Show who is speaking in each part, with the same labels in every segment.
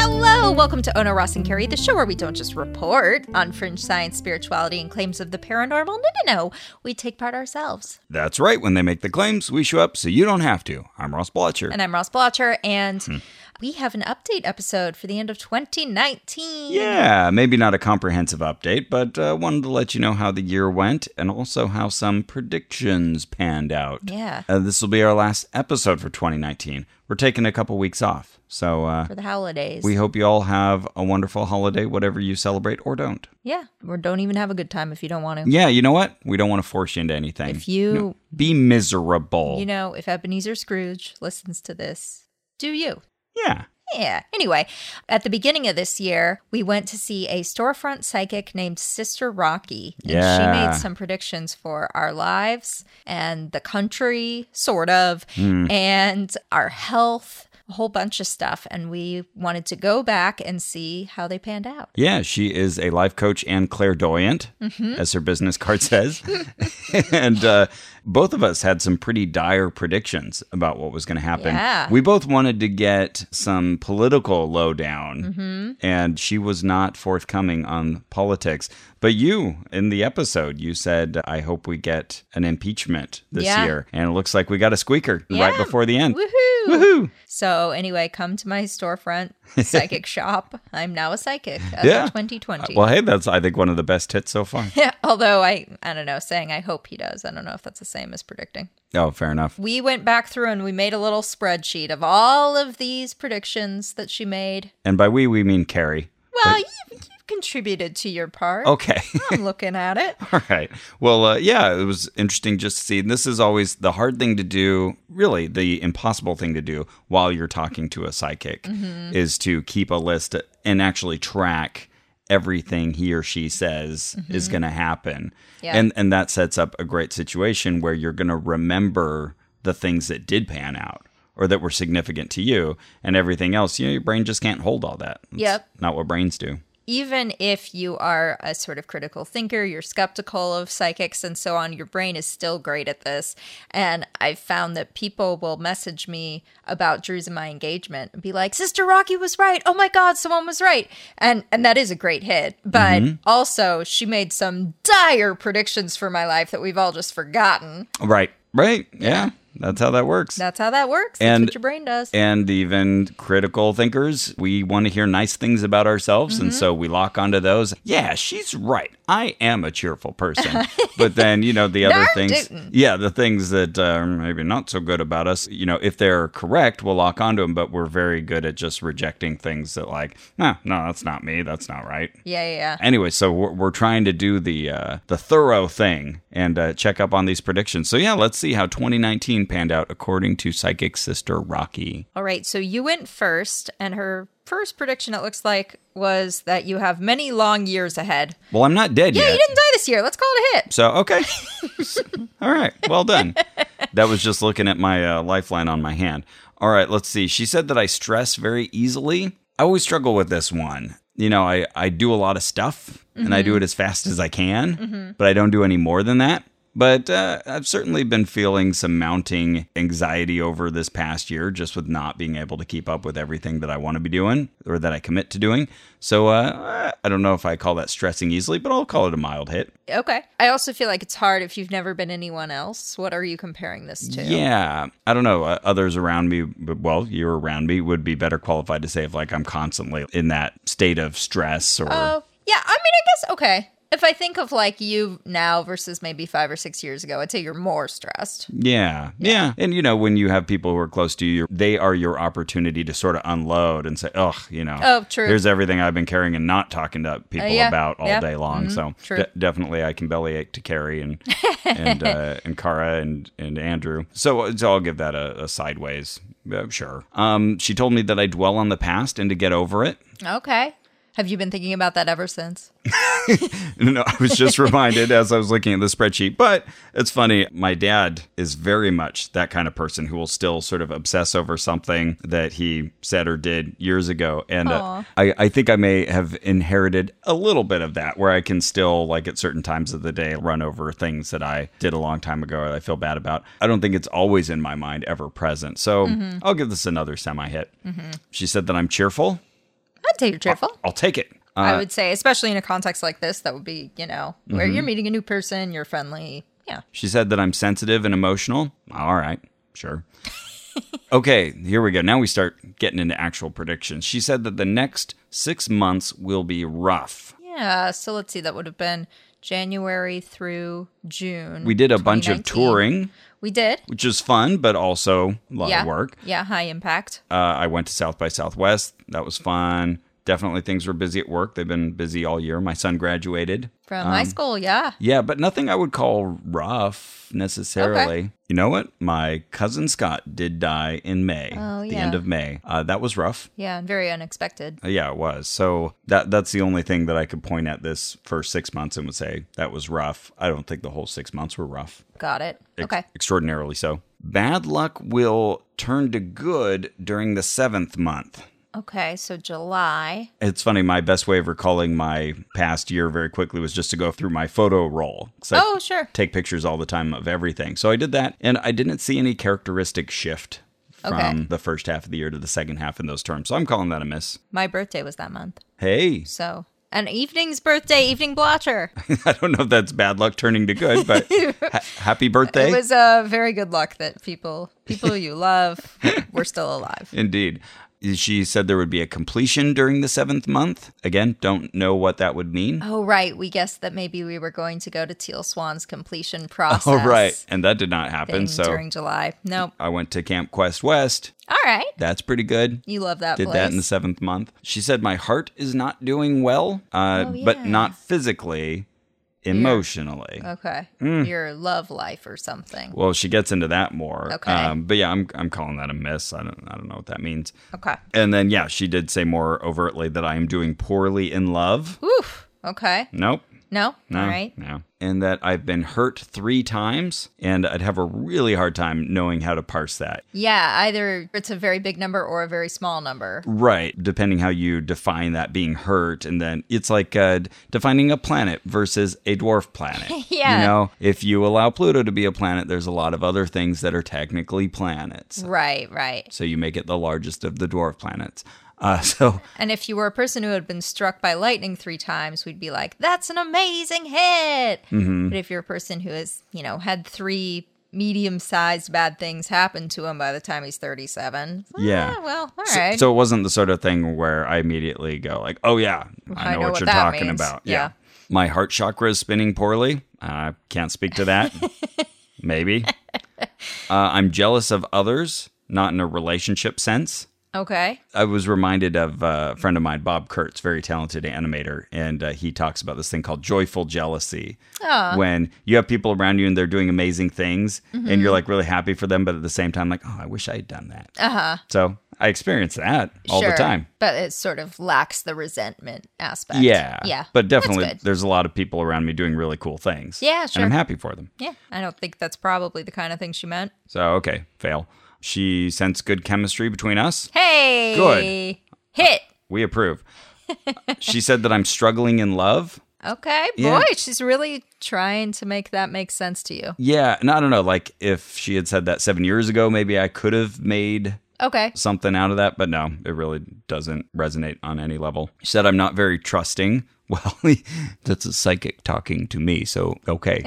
Speaker 1: Hello, welcome to Ona Ross and Carrie, the show where we don't just report on fringe science, spirituality, and claims of the paranormal. No, no, no. We take part ourselves.
Speaker 2: That's right. When they make the claims, we show up so you don't have to. I'm Ross Blotcher.
Speaker 1: And I'm Ross Blotcher, and
Speaker 2: Hmm.
Speaker 1: we have an update episode for the end of 2019.
Speaker 2: yeah, maybe not a comprehensive update, but uh, wanted to let you know how the year went and also how some predictions panned out.
Speaker 1: Yeah.
Speaker 2: Uh, this will be our last episode for 2019. We're taking a couple weeks off. So uh,
Speaker 1: For the holidays.
Speaker 2: we hope you all have a wonderful holiday, whatever you celebrate or don't.
Speaker 1: yeah. Or don't even have a good time if you don't want to.
Speaker 2: Yeah, you know what? We don't want to force you into anything.
Speaker 1: If you,
Speaker 2: Be miserable.
Speaker 1: you know, if Ebenezer Scrooge listens to this, do you?
Speaker 2: yeah.
Speaker 1: Yeah. Anyway, at the beginning of this year, we went to see a storefront psychic named Sister Rocky. And she
Speaker 2: Yeah.
Speaker 1: made some predictions for our lives and the country, sort of,
Speaker 2: Hmm.
Speaker 1: and our health, a whole bunch of stuff. And we wanted to go back and see how they panned out.
Speaker 2: Yeah, she is a life coach and clairvoyant,
Speaker 1: Mm-hmm.
Speaker 2: as her business card says. and uh, both of us had some pretty dire predictions about what was going to happen.
Speaker 1: Yeah.
Speaker 2: We both wanted to get some political lowdown,
Speaker 1: Mm-hmm.
Speaker 2: and she was not forthcoming on politics. But you, in the episode, you said, I hope we get an impeachment this
Speaker 1: Yeah.
Speaker 2: year. And it looks like we got a squeaker right
Speaker 1: Yeah.
Speaker 2: before the end.
Speaker 1: Woohoo!
Speaker 2: Woohoo!
Speaker 1: So, anyway, come to my storefront psychic shop. I'm now a psychic as
Speaker 2: Yeah. Uh,
Speaker 1: of 2020.
Speaker 2: Well, hey, that's, I think, one of the best hits so far.
Speaker 1: Although I, I don't know, saying I hope he does. I don't know if that's the same as predicting.
Speaker 2: oh, fair enough.
Speaker 1: we went back through and we made a little spreadsheet of all of these predictions that she made.
Speaker 2: And by we, we mean Carrie.
Speaker 1: Well, you, you contributed to your part.
Speaker 2: Okay.
Speaker 1: I'm looking at it.
Speaker 2: All right. Well, uh, yeah, it was interesting just to see. And this is always the hard thing to do, really, the impossible thing to do while you're talking to a psychic
Speaker 1: Mm-hmm.
Speaker 2: is to keep a list and actually track everything he or she says is going to happen.
Speaker 1: Mm-hmm. Yeah.
Speaker 2: And and that sets up a great situation where you're going to remember the things that did pan out or that were significant to you and everything else, you know, your brain just can't hold all that. It's
Speaker 1: Yep.
Speaker 2: Not what brains do.
Speaker 1: Even if you are a sort of critical thinker, you're skeptical of psychics and so on, your brain is still great at this. And I've found that people will message me about Drew's and my engagement and be like, Sister Rocky was right. Oh my God, someone was right. And and that is a great hit. But
Speaker 2: Mm-hmm.
Speaker 1: also she made some dire predictions for my life that we've all just forgotten.
Speaker 2: Right. Right. Yeah. That's how that works.
Speaker 1: That's how that works. That's
Speaker 2: And-
Speaker 1: what your brain does.
Speaker 2: and even critical thinkers, we want to hear nice things about ourselves. And so we lock onto those. Yeah, she's right. I am a cheerful person. but then, you know, the other
Speaker 1: Darn
Speaker 2: things.
Speaker 1: tootin'.
Speaker 2: Yeah, the things that are maybe not so good about us, you know, if they're correct, we'll lock onto them. But we're very good at just rejecting things that, like, no, no, that's not me. That's not right.
Speaker 1: yeah, yeah, yeah.
Speaker 2: Anyway, so we're, we're trying to do the uh, the thorough thing and uh, check up on these predictions. So yeah, let's see how 2019 panned out according to psychic sister Rocky.
Speaker 1: All right. So you went first, and her first prediction, it looks like, was that you have many long years ahead.
Speaker 2: Well, I'm not dead
Speaker 1: Yeah,
Speaker 2: yet.
Speaker 1: you didn't die this year. Let's call it a hit.
Speaker 2: So okay, all right, well done. That was just looking at my uh, lifeline on my hand. All right, let's see. She said that I stress very easily. I always struggle with this one. You know, I I do a lot of stuff and I do it as fast as I can, but I don't do any more than that. But uh, I've certainly been feeling some mounting anxiety over this past year just with not being able to keep up with everything that I want to be doing or that I commit to doing. So uh, I don't know if I call that stressing easily, but I'll call it a mild hit.
Speaker 1: Okay. I also feel like it's hard if you've never been anyone else. What are you comparing this to?
Speaker 2: Yeah, I don't know. Uh, others around me, but- well, you around me would be better qualified to say if like I'm constantly in that state of stress or
Speaker 1: Oh, yeah. I mean, I guess, okay. If I think of like you now versus maybe five or six years ago, I'd say you're more stressed.
Speaker 2: yeah, yeah, And you know, when you have people who are close to you, you're- they are your opportunity to sort of unload and say, "Oh, you know,
Speaker 1: Oh, true. Uh,
Speaker 2: Here's everything I've been carrying and not talking to people
Speaker 1: yeah,
Speaker 2: about all
Speaker 1: yeah. Mm-hmm.
Speaker 2: day long." so
Speaker 1: true.
Speaker 2: de- definitely, I can bellyache to Carrie and and uh, and Cara and and Andrew. So, so I'll give that a, uh, a sideways. uh, sure. Um, she told me that I dwell on the past and to get over it.
Speaker 1: Okay. Have you been thinking about that ever since?
Speaker 2: no, I was just reminded as I was looking at the spreadsheet. But it's funny, my dad is very much that kind of person who will still sort of obsess over something that he said or did years ago. And uh,
Speaker 1: Aw.
Speaker 2: I, I think I may have inherited a little bit of that where I can still, like at certain times of the day, run over things that I did a long time ago that I feel bad about. I don't think it's always in my mind, ever present. So I'll give this another semi hit. She said that I'm cheerful.
Speaker 1: I'd say you're cheerful.
Speaker 2: I'll take it. Uh,
Speaker 1: I would say, especially in a context like this, that would be, you know, where
Speaker 2: Mm-hmm.
Speaker 1: you're meeting a new person, you're friendly. Yeah.
Speaker 2: She said that I'm sensitive and emotional. All right, sure. okay, here we go. Now we start getting into actual predictions. She said that the next six months will be rough.
Speaker 1: Yeah. So let's see. That would have been January through June.
Speaker 2: We did a bunch of
Speaker 1: 2019.
Speaker 2: touring,
Speaker 1: We did.
Speaker 2: which is fun, but also a lot
Speaker 1: yeah.
Speaker 2: of work.
Speaker 1: Yeah. High impact.
Speaker 2: Uh, I went to South by Southwest. That was fun. Definitely things were busy at work. They've been busy all year. My son graduated.
Speaker 1: From high school. Yeah.
Speaker 2: Yeah, but nothing I would call rough necessarily. You know what? My cousin Scott did die in May,
Speaker 1: Oh,
Speaker 2: the end
Speaker 1: yeah.
Speaker 2: of May. Uh, that was rough.
Speaker 1: Yeah. And very unexpected.
Speaker 2: Uh, Yeah, it was. So that that's the only thing that I could point at this first six months and would say that was rough. I don't think the whole six months were rough.
Speaker 1: Got it.
Speaker 2: Ex-
Speaker 1: Okay.
Speaker 2: Extraordinarily so. Bad luck will turn to good during the seventh month.
Speaker 1: Okay. So July.
Speaker 2: It's funny, my best way of recalling my past year very quickly was just to go through my photo roll. So
Speaker 1: Oh, sure.
Speaker 2: take pictures all the time of everything. So I did that, and I didn't see any characteristic shift from
Speaker 1: Okay.
Speaker 2: the first half of the year to the second half in those terms. So I'm calling that a miss.
Speaker 1: My birthday was that month.
Speaker 2: Hey,
Speaker 1: So an evening's birthday, evening blotcher.
Speaker 2: I don't know if that's bad luck turning to good, but ha- happy birthday.
Speaker 1: It was uh, very good luck that people, people you love, were still alive.
Speaker 2: Indeed. She said there would be a completion during the seventh month. Again, don't know what that would mean.
Speaker 1: Oh right, we guessed that maybe we were going to go to Teal Swan's completion process.
Speaker 2: All Oh, right. And that did not happen.
Speaker 1: Oh, thing
Speaker 2: So
Speaker 1: during July. Nope.
Speaker 2: I went to Camp Quest West.
Speaker 1: All right.
Speaker 2: That's pretty good.
Speaker 1: You love that
Speaker 2: Did
Speaker 1: place.
Speaker 2: that in the seventh month. She said, My heart is not doing well, uh,
Speaker 1: Oh,
Speaker 2: but
Speaker 1: yeah. Uh,
Speaker 2: not physically, emotionally.
Speaker 1: okay.
Speaker 2: Mm.
Speaker 1: Your love life or something.
Speaker 2: Well, she gets into that more. um,
Speaker 1: Okay.
Speaker 2: but yeah, I'm, I'm calling that a miss. I don't, I don't know what that means.
Speaker 1: Okay.
Speaker 2: And then, yeah, she did say more overtly that I am doing poorly in love.
Speaker 1: Oof. Okay.
Speaker 2: Nope.
Speaker 1: No?
Speaker 2: No.
Speaker 1: All right.
Speaker 2: No. And that I've been hurt three times, and I'd have a really hard time knowing how to parse that.
Speaker 1: Yeah, either it's a very big number or a very small number.
Speaker 2: Right. Depending how you define that being hurt. And then it's like uh, defining a planet versus a dwarf planet.
Speaker 1: Yeah.
Speaker 2: You know, if you allow Pluto to be a planet, there's a lot of other things that are technically
Speaker 1: Mm.
Speaker 2: planets.
Speaker 1: Right, right.
Speaker 2: So you make it the largest of the dwarf planets. Uh, so
Speaker 1: And if you were a person who had been struck by lightning three times, we'd be like, that's an amazing hit.
Speaker 2: Mm-hmm.
Speaker 1: But if you're a person who has, you know, had three medium sized bad things happen to him by the time he's 37,
Speaker 2: Yeah.
Speaker 1: ah, well, all
Speaker 2: So-
Speaker 1: right.
Speaker 2: So, it wasn't the sort of thing where I immediately go like, "Oh yeah, I know, what, you're
Speaker 1: that
Speaker 2: talking
Speaker 1: means."
Speaker 2: about."
Speaker 1: Yeah.
Speaker 2: My heart chakra is spinning poorly. I can't speak to that. Maybe. Uh, I'm jealous of others, not in a relationship sense.
Speaker 1: okay.
Speaker 2: I was reminded of uh, a friend of mine, Bob Kurtz, very talented animator, and uh, he talks about this thing called joyful jealousy. When you have people around you and they're doing amazing things,
Speaker 1: Mm-hmm.
Speaker 2: and you're like really happy for them, but at the same time, like, oh, I wish I had done that. Uh huh. So I experience that all the
Speaker 1: Uh-huh. Sure.
Speaker 2: time.
Speaker 1: But it sort of lacks the resentment aspect.
Speaker 2: Yeah.
Speaker 1: Yeah.
Speaker 2: But
Speaker 1: That's
Speaker 2: definitely,
Speaker 1: good.
Speaker 2: there's a lot of people around me doing really cool things.
Speaker 1: Yeah,
Speaker 2: And
Speaker 1: sure.
Speaker 2: I'm happy for them.
Speaker 1: Yeah. I don't think that's probably the kind of thing she meant.
Speaker 2: So, okay, fail. She sensed good chemistry between us.
Speaker 1: Hey.
Speaker 2: Good.
Speaker 1: Hit.
Speaker 2: We approve. she said that I'm struggling in love.
Speaker 1: Okay.
Speaker 2: Yeah.
Speaker 1: Boy, she's really trying to make that make sense to you.
Speaker 2: Yeah, and I don't know. Like, if she had said that seven years ago, maybe I could have made
Speaker 1: Okay.
Speaker 2: something out of that. But no, it really doesn't resonate on any level. She said, I'm not very trusting. Well, that's a psychic talking to me. So, okay.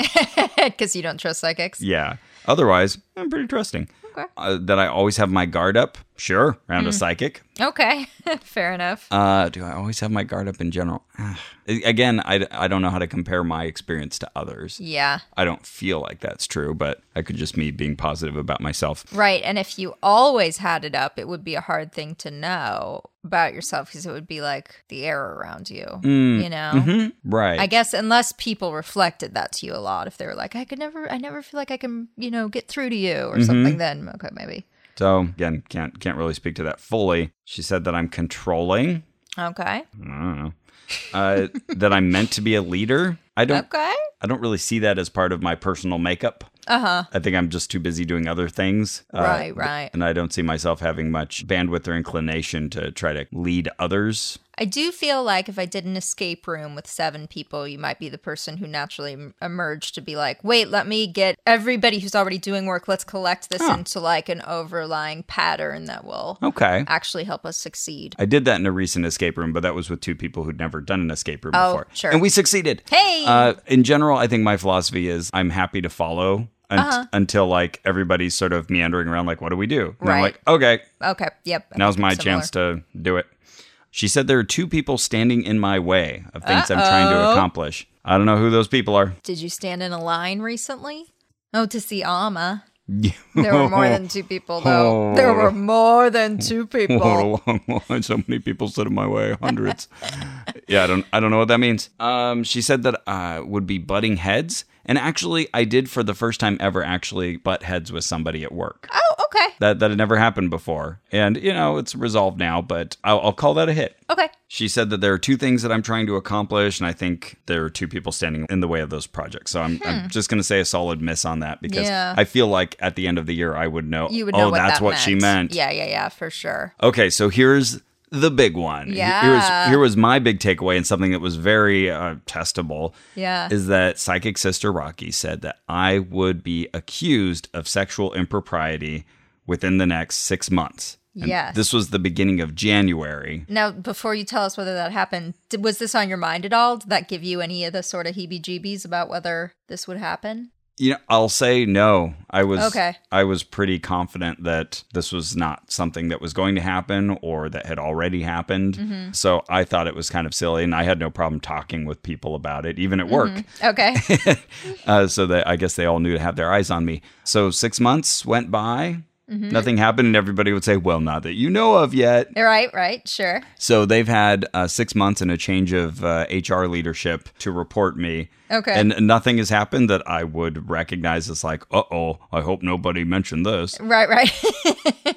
Speaker 1: Because you don't trust psychics.
Speaker 2: yeah. Otherwise, I'm pretty trusting.
Speaker 1: Okay.
Speaker 2: Uh, that I always have my guard up. Sure. Around a psychic.
Speaker 1: Okay. Fair enough.
Speaker 2: Uh, do I always have my guard up in general? Ah. Again, I, I don't know how to compare my experience to others.
Speaker 1: yeah.
Speaker 2: I don't feel like that's true, but I could just me being positive about myself.
Speaker 1: Right. And if you always had it up, it would be a hard thing to know about yourself because it would be like the air around you.
Speaker 2: Mm.
Speaker 1: You know?
Speaker 2: Mm-hmm. Right.
Speaker 1: I guess unless people reflected that to you a lot, if they were like, I could never, I never feel like I can, you know, get through to you
Speaker 2: Mm-hmm.
Speaker 1: or something, then okay, maybe.
Speaker 2: so again, can't can't really speak to that fully. She said that I'm controlling.
Speaker 1: Okay.
Speaker 2: I don't know. Uh, that I'm meant to be a leader. I don't.
Speaker 1: Okay.
Speaker 2: I don't really see that as part of my personal makeup.
Speaker 1: Uh huh.
Speaker 2: I think I'm just too busy doing other things. uh,
Speaker 1: right, right.
Speaker 2: And I don't see myself having much bandwidth or inclination to try to lead others.
Speaker 1: I do feel like if I did an escape room with seven people, you might be the person who naturally em- emerged to be like, wait, let me get everybody who's already doing work, let's collect this
Speaker 2: Huh.
Speaker 1: into like an overlying pattern that will
Speaker 2: Okay.
Speaker 1: actually help us succeed.
Speaker 2: I did that in a recent escape room, but that was with two people who'd never done an escape room
Speaker 1: Oh,
Speaker 2: before.
Speaker 1: sure.
Speaker 2: And we succeeded.
Speaker 1: Hey!
Speaker 2: Uh, in general, I think my philosophy is I'm happy to follow un-
Speaker 1: Uh-huh.
Speaker 2: until like everybody's sort of meandering around, like, what do we do? And I'm
Speaker 1: Right.
Speaker 2: like, okay,
Speaker 1: Okay. Yep. I
Speaker 2: now's
Speaker 1: think I'm
Speaker 2: my
Speaker 1: similar.
Speaker 2: chance to do it. She said there are two people standing in my way of things I'm trying to accomplish. I don't know who those people are.
Speaker 1: Did you stand in a line recently? Oh, to see Alma. There were more than two people, though.
Speaker 2: Oh.
Speaker 1: There were more than two people.
Speaker 2: What a long line! So many people stood in my way, hundreds. yeah, I don't, I don't know what that means. Um, she said that uh, would be butting heads, and actually, I did for the first time ever actually butt heads with somebody at work.
Speaker 1: Oh, okay.
Speaker 2: That that had never happened before, and you know it's resolved now. But I'll, I'll call that a hit.
Speaker 1: Okay.
Speaker 2: She said that there are two things that I'm trying to accomplish, and I think there are two people standing in the way of those projects. So I'm, I'm just going to say a solid miss on that because
Speaker 1: Hmm. Yeah.
Speaker 2: I feel like at the end of the year I would know.
Speaker 1: You would
Speaker 2: oh,
Speaker 1: know what
Speaker 2: that's
Speaker 1: that
Speaker 2: what she meant.
Speaker 1: Yeah, yeah, yeah, for sure.
Speaker 2: Okay, so here's the big one. Here-
Speaker 1: Yeah.
Speaker 2: Here's, here was my big takeaway and something that was very uh, testable
Speaker 1: Yeah.
Speaker 2: is that Psychic Sister Rocky said that I would be accused of sexual impropriety within the next six months. And
Speaker 1: Yes.
Speaker 2: This was the beginning of January.
Speaker 1: Now, before you tell us whether that happened, did, was this on your mind at all? Did that give you any of the sort of heebie-jeebies about whether this would happen?
Speaker 2: You know, I'll say no. I was
Speaker 1: Okay.
Speaker 2: I was pretty confident that this was not something that was going to happen or that had already happened.
Speaker 1: Mm-hmm.
Speaker 2: So I thought it was kind of silly, and I had no problem talking with people about it, even at
Speaker 1: Mm-hmm.
Speaker 2: work.
Speaker 1: Okay.
Speaker 2: uh, so that I guess they all knew to have their eyes on me. So six months went by,
Speaker 1: Mm-hmm.
Speaker 2: nothing happened, and everybody would say, "Well, not that you know of yet."
Speaker 1: right, right, sure.
Speaker 2: So they've had uh, six months and a change of uh, HR leadership to report me.
Speaker 1: Okay.
Speaker 2: and nothing has happened that I would recognize as like, "Uh oh, I hope nobody mentioned this,"
Speaker 1: Right, right.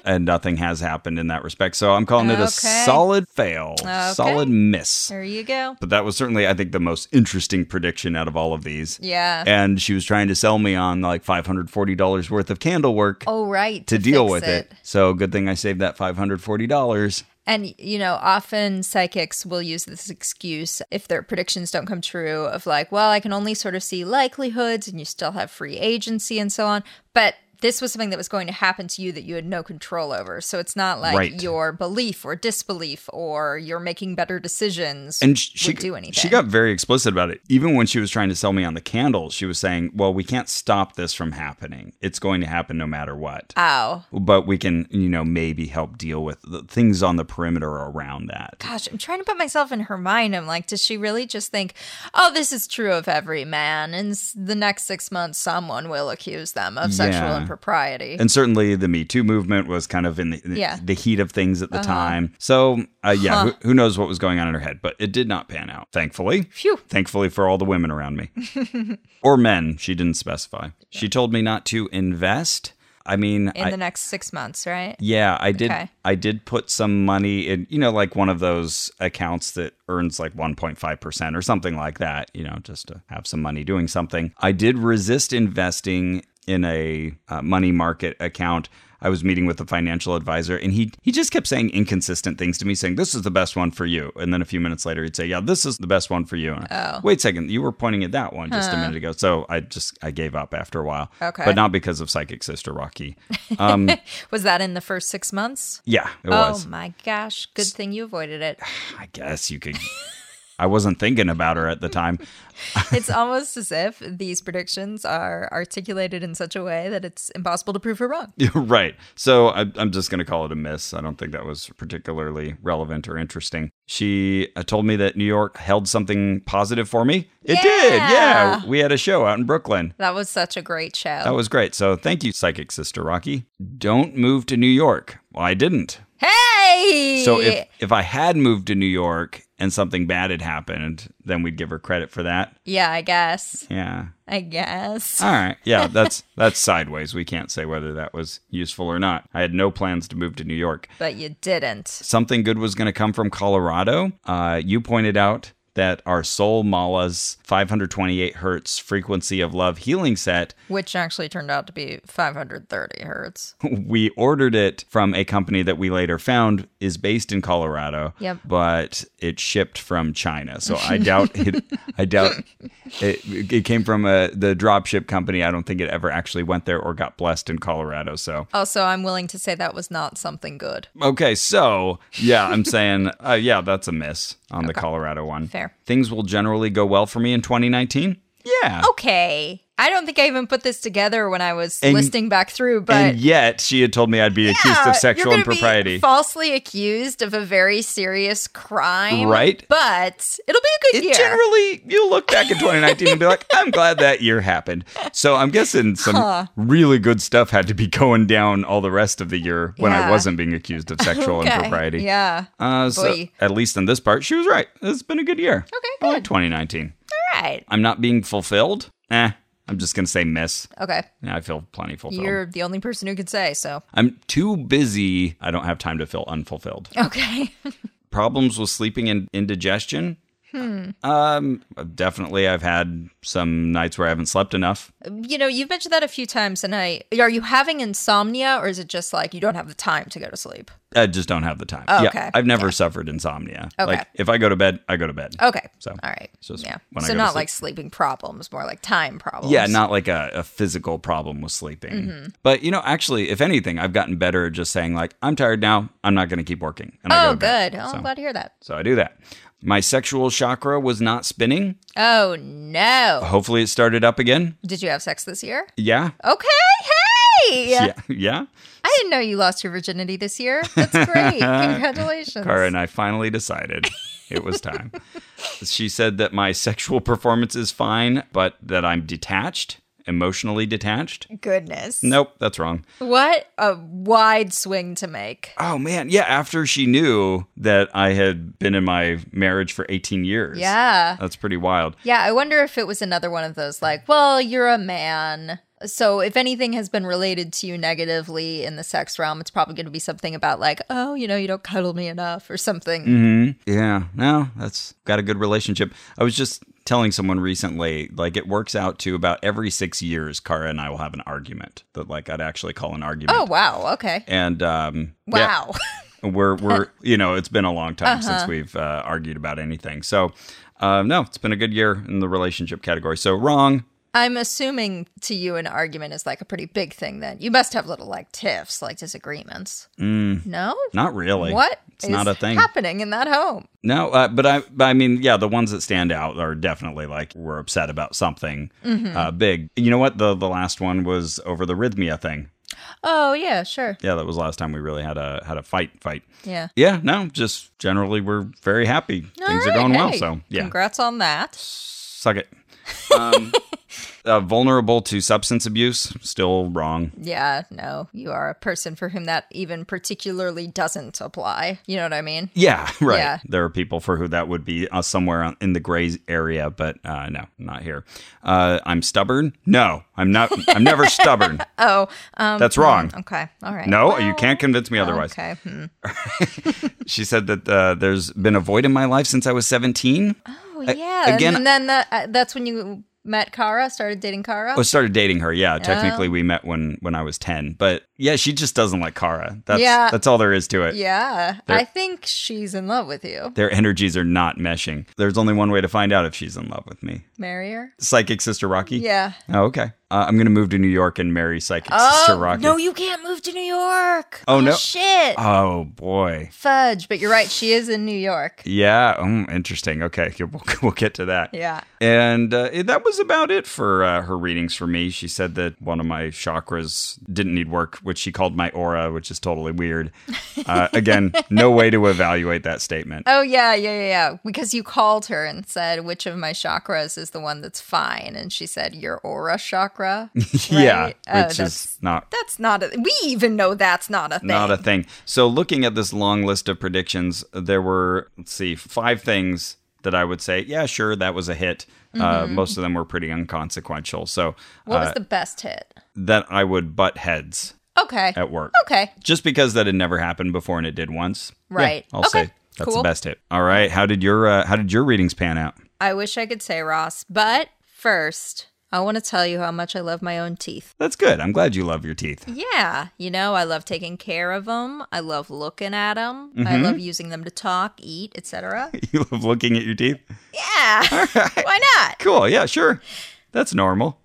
Speaker 2: and nothing has happened in that respect. So I'm calling it a
Speaker 1: Okay.
Speaker 2: solid fail,
Speaker 1: Okay.
Speaker 2: solid miss.
Speaker 1: there you go.
Speaker 2: But that was certainly, I think, the most interesting prediction out of all of these
Speaker 1: Yeah.
Speaker 2: and she was trying to sell me on like $540 worth of candle work
Speaker 1: oh, right.
Speaker 2: to deal
Speaker 1: fix
Speaker 2: with it. So good thing I saved that $540.
Speaker 1: And, you know, often psychics will use this excuse if their predictions don't come true of like, well, I can only sort of see likelihoods and you still have free agency and so on. But this was something that was going to happen to you that you had no control over. So it's not like
Speaker 2: Right.
Speaker 1: your belief or disbelief or you're making better decisions
Speaker 2: And sh- she
Speaker 1: would do anything.
Speaker 2: she got very explicit about it. Even when she was trying to sell me on the candles, she was saying, "Well, we can't stop this from happening. It's going to happen no matter what.
Speaker 1: Ow.
Speaker 2: But we can, you know, maybe help deal with the things on the perimeter around that."
Speaker 1: Gosh, I'm trying to put myself in her mind. I'm like, does she really just think, oh, this is true of every man? And s- the next six months, someone will accuse them of sexual
Speaker 2: Yeah.
Speaker 1: impropriety.
Speaker 2: And certainly the Me Too movement was kind of in the,
Speaker 1: Yeah. Uh-huh.
Speaker 2: the heat of things at the time. So, uh, yeah,
Speaker 1: Huh.
Speaker 2: who, who knows what was going on in her head, but it did not pan out, thankfully.
Speaker 1: Phew.
Speaker 2: Thankfully for all the women around me or men, she didn't specify. She told me not to invest. I mean,
Speaker 1: in
Speaker 2: I,
Speaker 1: the next six months, right?
Speaker 2: yeah, I did.
Speaker 1: Okay.
Speaker 2: I did put some money in, you know, like one of those accounts that earns like 1.5% or something like that, you know, just to have some money doing something. I did resist investing in a uh, money market account. I was meeting with a financial advisor and he he just kept saying inconsistent things to me saying this is the best one for you and then a few minutes later he'd say yeah this is the best one for you and
Speaker 1: Oh.
Speaker 2: I, wait a second you were pointing at that one just a minute ago so I just I gave up after a while
Speaker 1: Okay.
Speaker 2: but not because of psychic sister Rocky
Speaker 1: Was that in the first six months?
Speaker 2: yeah it was
Speaker 1: Oh my gosh. Good thing you avoided it.
Speaker 2: I guess you could. I wasn't thinking about her at the time.
Speaker 1: It's almost as if these predictions are articulated in such a way that it's impossible to prove her wrong.
Speaker 2: right. So I, I'm just going to call it a miss. I don't think that was particularly relevant or interesting. She uh, told me that New York held something positive for me. It did.
Speaker 1: Yeah.
Speaker 2: Yeah. We had a show out in Brooklyn.
Speaker 1: That was such a great show.
Speaker 2: That was great. So thank you, Psychic Sister Rocky. Don't move to New York. Well, I didn't.
Speaker 1: hey!
Speaker 2: So if, if I had moved to New York, and something bad had happened, then we'd give her credit for that.
Speaker 1: Yeah, I guess.
Speaker 2: Yeah.
Speaker 1: I guess.
Speaker 2: All right. Yeah, that's that's sideways. We can't say whether that was useful or not. I had no plans to move to New York.
Speaker 1: But you didn't.
Speaker 2: Something good was going to come from Colorado. Uh, you pointed out that our Soul Mala's 528 hertz frequency of love healing set
Speaker 1: Which actually turned out to be 530 hertz.
Speaker 2: we ordered it from a company that we later found is based in Colorado.
Speaker 1: Yep.
Speaker 2: But it shipped from China, so I doubt it. I doubt it. It came from a, the dropship company. I don't think it ever actually went there or got blessed in Colorado. So
Speaker 1: Also, I'm willing to say that was not something good.
Speaker 2: okay, so yeah, I'm saying uh, yeah, that's a miss on the Colorado one.
Speaker 1: Fair.
Speaker 2: Things will generally go well for me in 2019. Yeah.
Speaker 1: Oh, Okay. I don't think I even put this together when I was
Speaker 2: And-
Speaker 1: listening back through, but
Speaker 2: and yet she had told me I'd be accused
Speaker 1: Yeah,
Speaker 2: of sexual
Speaker 1: you're gonna be
Speaker 2: impropriety.
Speaker 1: falsely accused of a very serious crime.
Speaker 2: Right.
Speaker 1: But it'll be a good
Speaker 2: it
Speaker 1: year.
Speaker 2: generally you'll look back at 2019 and be like i'm glad that year happened so i'm guessing some really good stuff had to be going down all the rest of the year when
Speaker 1: Yeah.
Speaker 2: i wasn't being accused of sexual
Speaker 1: Okay,
Speaker 2: impropriety
Speaker 1: Yeah.
Speaker 2: uh, so
Speaker 1: Boy.
Speaker 2: at least in this part she was right it's been a good year
Speaker 1: Okay,
Speaker 2: I like
Speaker 1: good.
Speaker 2: 2019
Speaker 1: All right.
Speaker 2: i'm not being fulfilled eh i'm just gonna say miss
Speaker 1: Okay.
Speaker 2: yeah, i feel plenty fulfilled
Speaker 1: You're the only person who can say so.
Speaker 2: i'm too busy i don't have time to feel unfulfilled
Speaker 1: Okay.
Speaker 2: problems with sleeping and indigestion.
Speaker 1: Hmm.
Speaker 2: Um, definitely, I've had some nights where I haven't slept enough.
Speaker 1: you know, you've mentioned that a few times, and I are you having insomnia, or is it just like you don't have the time to go to sleep?
Speaker 2: I just don't have the time.
Speaker 1: Oh,
Speaker 2: yeah,
Speaker 1: okay.
Speaker 2: I've never suffered insomnia.
Speaker 1: Okay. Oh,
Speaker 2: Like if I go to bed, I go to bed.
Speaker 1: Okay.
Speaker 2: So
Speaker 1: All right.
Speaker 2: it's just
Speaker 1: yeah.
Speaker 2: when
Speaker 1: So
Speaker 2: I go to
Speaker 1: not
Speaker 2: sleep.
Speaker 1: like sleeping problems, more like time problems.
Speaker 2: yeah, not like a, a physical problem with sleeping.
Speaker 1: Mm-hmm.
Speaker 2: But you know, actually, if anything, I've gotten better at just saying like I'm tired now. I'm not going to keep working. And I go
Speaker 1: Oh,
Speaker 2: to bed.
Speaker 1: good. Oh,
Speaker 2: So-
Speaker 1: I'm glad to hear that.
Speaker 2: so I do that. My sexual chakra was not spinning.
Speaker 1: Oh no.
Speaker 2: Hopefully, it started up again.
Speaker 1: Did you have sex this year?
Speaker 2: Yeah.
Speaker 1: Okay. Hey.
Speaker 2: Yeah. yeah.
Speaker 1: I didn't know you lost your virginity this year. That's great. Congratulations.
Speaker 2: Cara and I finally decided it was time. she said that my sexual performance is fine, but that I'm detached, emotionally detached.
Speaker 1: Goodness.
Speaker 2: Nope, that's wrong.
Speaker 1: What a wide swing to make.
Speaker 2: Oh man, yeah, after she knew that I had been in my marriage for 18 years.
Speaker 1: Yeah.
Speaker 2: That's pretty wild.
Speaker 1: Yeah, I wonder if it was another one of those like, well, you're a man. So if anything has been related to you negatively in the sex realm, it's probably going to be something about like, oh, you know, you don't cuddle me enough or something.
Speaker 2: Yeah, no, that's got a good relationship. I was just telling someone recently, like it works out to about every six years, Cara and I will have an argument that like I'd actually call an argument.
Speaker 1: Oh, wow. Okay.
Speaker 2: And um yeah.
Speaker 1: Wow. Uh-huh.
Speaker 2: we're we're you know it's been a long time since we've uh, argued about anything so um, no it's been a good year in the relationship category so wrong
Speaker 1: I'm assuming to you an argument is like a pretty big thing then. You must have little like tiffs, like disagreements. No?
Speaker 2: not really
Speaker 1: What
Speaker 2: it's not
Speaker 1: is
Speaker 2: a thing
Speaker 1: happening in that home?
Speaker 2: no uh, but i but i mean yeah the ones that stand out are definitely like we're upset about something
Speaker 1: Mm-hmm.
Speaker 2: uh, big you know what the the last one was over the rhythmia thing
Speaker 1: Oh, yeah, sure.
Speaker 2: yeah that was the last time we really had a had a fight fight
Speaker 1: Yeah.
Speaker 2: yeah no just generally we're very happy things
Speaker 1: All
Speaker 2: are going
Speaker 1: right,
Speaker 2: well
Speaker 1: hey,
Speaker 2: so yeah
Speaker 1: Congrats on that.
Speaker 2: suck it. Um, uh, vulnerable to substance abuse, still wrong.
Speaker 1: Yeah, no, you are a person for whom that even particularly doesn't apply. You know what I mean?
Speaker 2: Yeah, right.
Speaker 1: Yeah.
Speaker 2: There are people for who that would be uh, somewhere on- in the gray area, but uh, no, not here. Uh, I'm stubborn. No, I'm not. I'm never stubborn.
Speaker 1: Oh, um,
Speaker 2: That's wrong.
Speaker 1: okay, all right.
Speaker 2: No, you can't convince me otherwise.
Speaker 1: Okay, hmm.
Speaker 2: She said that uh, there's been a void in my life since I was 17.
Speaker 1: Oh, yeah.
Speaker 2: again-
Speaker 1: and then the, uh, that's when you met Kara, started dating Kara.
Speaker 2: I started dating her. Yeah, technically we met when when I was 10, but yeah, she just doesn't like Kara. That's
Speaker 1: Yeah.
Speaker 2: that's all there is to it.
Speaker 1: yeah, I think she's in love with you.
Speaker 2: Their energies are not meshing. There's only one way to find out if she's in love with me.
Speaker 1: Marry her.
Speaker 2: Psychic Sister Rocky?
Speaker 1: Yeah.
Speaker 2: Oh, okay. Uh, I'm going to move to New York and marry Psychic Sister
Speaker 1: Oh
Speaker 2: Rocky.
Speaker 1: no, you can't move to New York.
Speaker 2: Oh, no.
Speaker 1: shit.
Speaker 2: Oh, boy.
Speaker 1: Fudge, but you're right. She is in New York.
Speaker 2: Yeah. mm, interesting. Okay. yeah, We'll, we'll get to that.
Speaker 1: Yeah.
Speaker 2: And uh, it- that was about it for uh, her readings for me. She said that one of my chakras didn't need work which she called my aura, which is totally weird. Uh, again, no way to evaluate that statement.
Speaker 1: Oh yeah, yeah, yeah, yeah. Because you called her and said, "Which of my chakras is the one that's fine?" And she said, "Your aura chakra." right?
Speaker 2: Yeah,
Speaker 1: Oh,
Speaker 2: which
Speaker 1: that's-
Speaker 2: is not
Speaker 1: That's not a. We even know that's not a thing.
Speaker 2: not a thing. So, looking at this long list of predictions, there were, let's see, five things that I would say, yeah, sure, that was a hit. Uh, most of them were pretty unconsequential. So,
Speaker 1: Mm-hmm. what
Speaker 2: uh,
Speaker 1: was the best hit?
Speaker 2: that I would butt heads
Speaker 1: Okay.
Speaker 2: at work.
Speaker 1: Okay.
Speaker 2: Just because that had never happened before and it did once. Yeah,
Speaker 1: Right.
Speaker 2: I'll
Speaker 1: Okay,
Speaker 2: say that's
Speaker 1: cool.
Speaker 2: the best hit. All right. How did your uh, how did your readings pan out?
Speaker 1: I wish I could say Ross, but first, I want to tell you how much I love my own teeth.
Speaker 2: That's good. I'm glad you love your teeth.
Speaker 1: Yeah, you know, I love taking care of them. I love looking at them. I
Speaker 2: Mm-hmm.
Speaker 1: love using them to talk, eat, etc.
Speaker 2: You love looking at your teeth.
Speaker 1: Yeah. Why not?
Speaker 2: Cool. Yeah, sure. That's normal.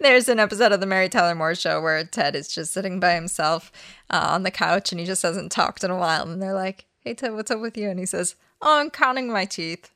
Speaker 1: There's an episode of the Mary Tyler Moore Show where Ted is just sitting by himself uh, on the couch and he just hasn't talked in a while. And they're like, "Hey Ted, what's up with you?" And he says, "Oh, I'm counting my teeth."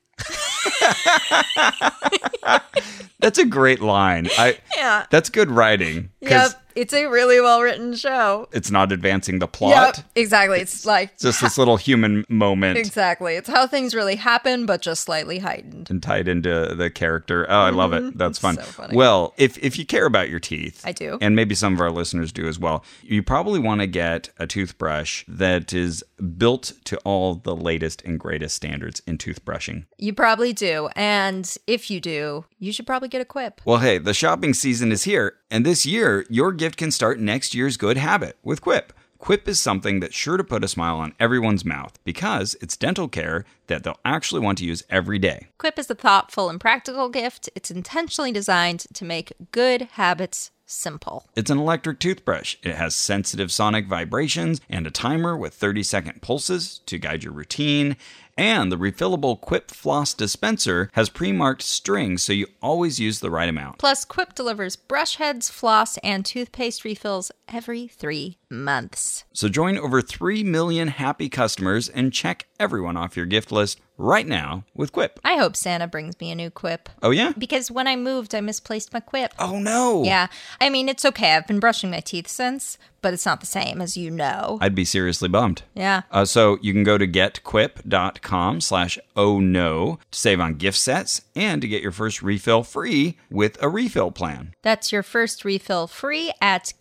Speaker 2: That's a great line. I
Speaker 1: Yeah.
Speaker 2: that's good writing because
Speaker 1: Yep. It's a really well written show.
Speaker 2: it's not advancing the plot.
Speaker 1: Yep. Exactly. It's, like
Speaker 2: Just this little human moment
Speaker 1: exactly. It's how things really happen, but just slightly heightened.
Speaker 2: and tied into the character. Oh, I love it. That's fun.
Speaker 1: Mm-hmm. so funny.
Speaker 2: Well, if if you care about your teeth,
Speaker 1: I do.
Speaker 2: and maybe some of our listeners do as well. You probably want to get a toothbrush that is built to all the latest and greatest standards in toothbrushing.
Speaker 1: You probably do, and if you do, you should probably get a quip.
Speaker 2: Well, hey, the shopping season is here, and this year, your gift can start next year's good habit with Quip. Quip is something that's sure to put a smile on everyone's mouth because it's dental care that they'll actually want to use every day.
Speaker 1: Quip is a thoughtful and practical gift. It's intentionally designed to make good habits simple.
Speaker 2: It's an electric toothbrush. It has sensitive sonic vibrations and a timer with 30 second pulses to guide your routine. And the refillable Quip Floss dispenser has pre marked strings so you always use the right amount.
Speaker 1: Plus, Quip delivers brush heads, floss, and toothpaste refills every three months.
Speaker 2: So join over 3 million happy customers and check everyone off your gift list right now with Quip.
Speaker 1: I hope Santa brings me a new Quip.
Speaker 2: Oh, yeah?
Speaker 1: Because when I moved, I misplaced my Quip.
Speaker 2: Oh, no.
Speaker 1: Yeah, I mean, it's okay. I've been brushing my teeth since, but it's not the same, as you know.
Speaker 2: I'd be seriously bummed.
Speaker 1: Yeah.
Speaker 2: Uh, so you can go to getquip.com slash oh no to save on gift sets and to get your first refill free with a refill plan.
Speaker 1: That's your first refill free at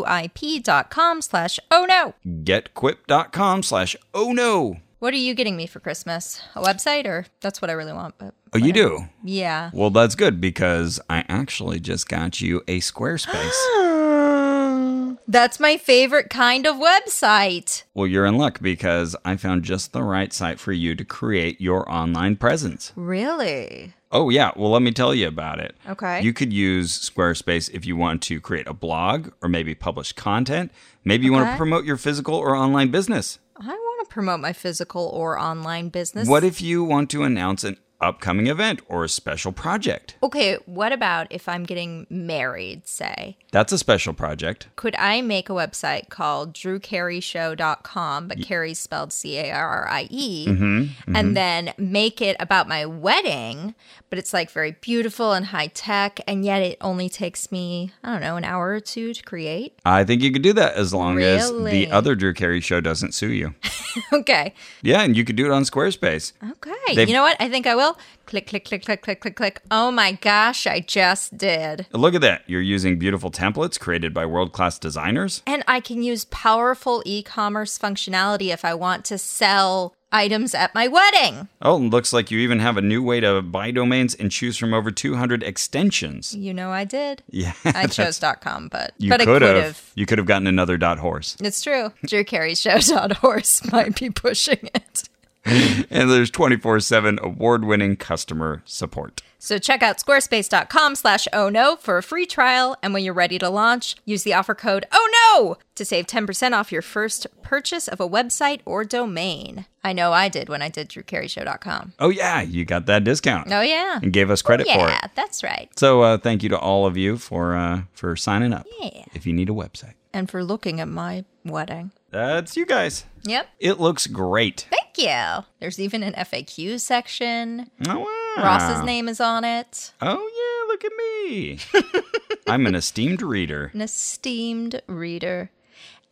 Speaker 1: getquip.com slash oh no.
Speaker 2: Getquip.com slash oh no.
Speaker 1: What are you getting me for Christmas? A website or that's what I really want, but
Speaker 2: Oh, you do?
Speaker 1: yeah.
Speaker 2: Well, that's good because I actually just got you a Squarespace.
Speaker 1: That's my favorite kind of website.
Speaker 2: well, you're in luck because I found just the right site for you to create your online presence.
Speaker 1: Really?
Speaker 2: Oh, yeah. Well, let me tell you about it.
Speaker 1: Okay.
Speaker 2: You could use Squarespace if you want to create a blog or maybe publish content. Maybe you want
Speaker 1: Okay.
Speaker 2: to promote your physical or online business.
Speaker 1: I want to promote my physical or online business.
Speaker 2: What if you want to announce an upcoming event or a special project?
Speaker 1: Okay, what about if I'm getting married, say?
Speaker 2: That's a special project.
Speaker 1: Could I make a website called drewcarryshow.com, but Carrie's spelled C A R R I E,
Speaker 2: Mm-hmm,
Speaker 1: and then make it about my wedding, but it's like very beautiful and high tech, and yet it only takes me, I don't know, an hour or two to create?
Speaker 2: I think you could do that as long as
Speaker 1: Really?
Speaker 2: the other Drew Carey show doesn't sue you.
Speaker 1: okay.
Speaker 2: Yeah, and you could do it on Squarespace.
Speaker 1: Okay.
Speaker 2: They've-
Speaker 1: you know what? I think I will. Click, click, click, click, click, click, click. Oh my gosh, I just did.
Speaker 2: Look at that. You're using beautiful templates created by world class designers.
Speaker 1: And I can use powerful e commerce functionality if I want to sell items at my wedding.
Speaker 2: Oh, and looks like you even have a new way to buy domains and choose from over 200 extensions.
Speaker 1: You know, I did.
Speaker 2: Yeah.
Speaker 1: I chose .com, but,
Speaker 2: You
Speaker 1: but I
Speaker 2: could
Speaker 1: could
Speaker 2: have.
Speaker 1: have.
Speaker 2: You could have gotten another dot horse.
Speaker 1: It's true. Drew Carey Show.horse might be pushing it.
Speaker 2: And there's 24 7 award winning customer support.
Speaker 1: So check out squarespace.com slash oh no for a free trial. And when you're ready to launch, use the offer code oh no to save 10% off your first purchase of a website or domain. I know I did when I did drewcarryshow.com.
Speaker 2: Oh, yeah. You got that discount
Speaker 1: Oh, yeah.
Speaker 2: and gave us credit for
Speaker 1: Yeah,
Speaker 2: it.
Speaker 1: that's right.
Speaker 2: So uh, thank you to all of you for, uh, for signing up.
Speaker 1: Yeah.
Speaker 2: If you need a website,
Speaker 1: And for looking at my wedding.
Speaker 2: that's you guys.
Speaker 1: Yep.
Speaker 2: It looks great.
Speaker 1: Thank you. There's even an FAQ section.
Speaker 2: Oh, wow.
Speaker 1: Ross's name is on it.
Speaker 2: Oh, yeah. Look at me. I'm an esteemed reader.
Speaker 1: an esteemed reader.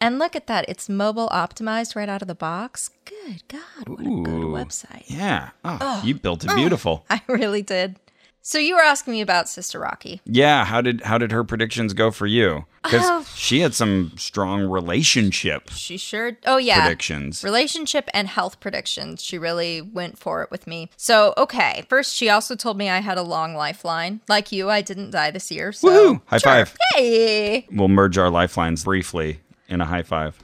Speaker 1: And look at that. It's mobile optimized right out of the box. Good God, what a good
Speaker 2: Ooh.
Speaker 1: website.
Speaker 2: Yeah. Oh, you built it beautiful.
Speaker 1: I really did. So you were asking me about Sister Rocky.
Speaker 2: Yeah, how did how did her predictions go for you? Because
Speaker 1: Oh.
Speaker 2: she had some strong relationship
Speaker 1: She sure Oh yeah.
Speaker 2: predictions.
Speaker 1: Relationship and health predictions. She really went for it with me. So, okay. First, she also told me I had a long lifeline. Like you, I didn't die this year. So,
Speaker 2: Woohoo! High five.
Speaker 1: Hey.
Speaker 2: We'll merge our lifelines briefly in a high five.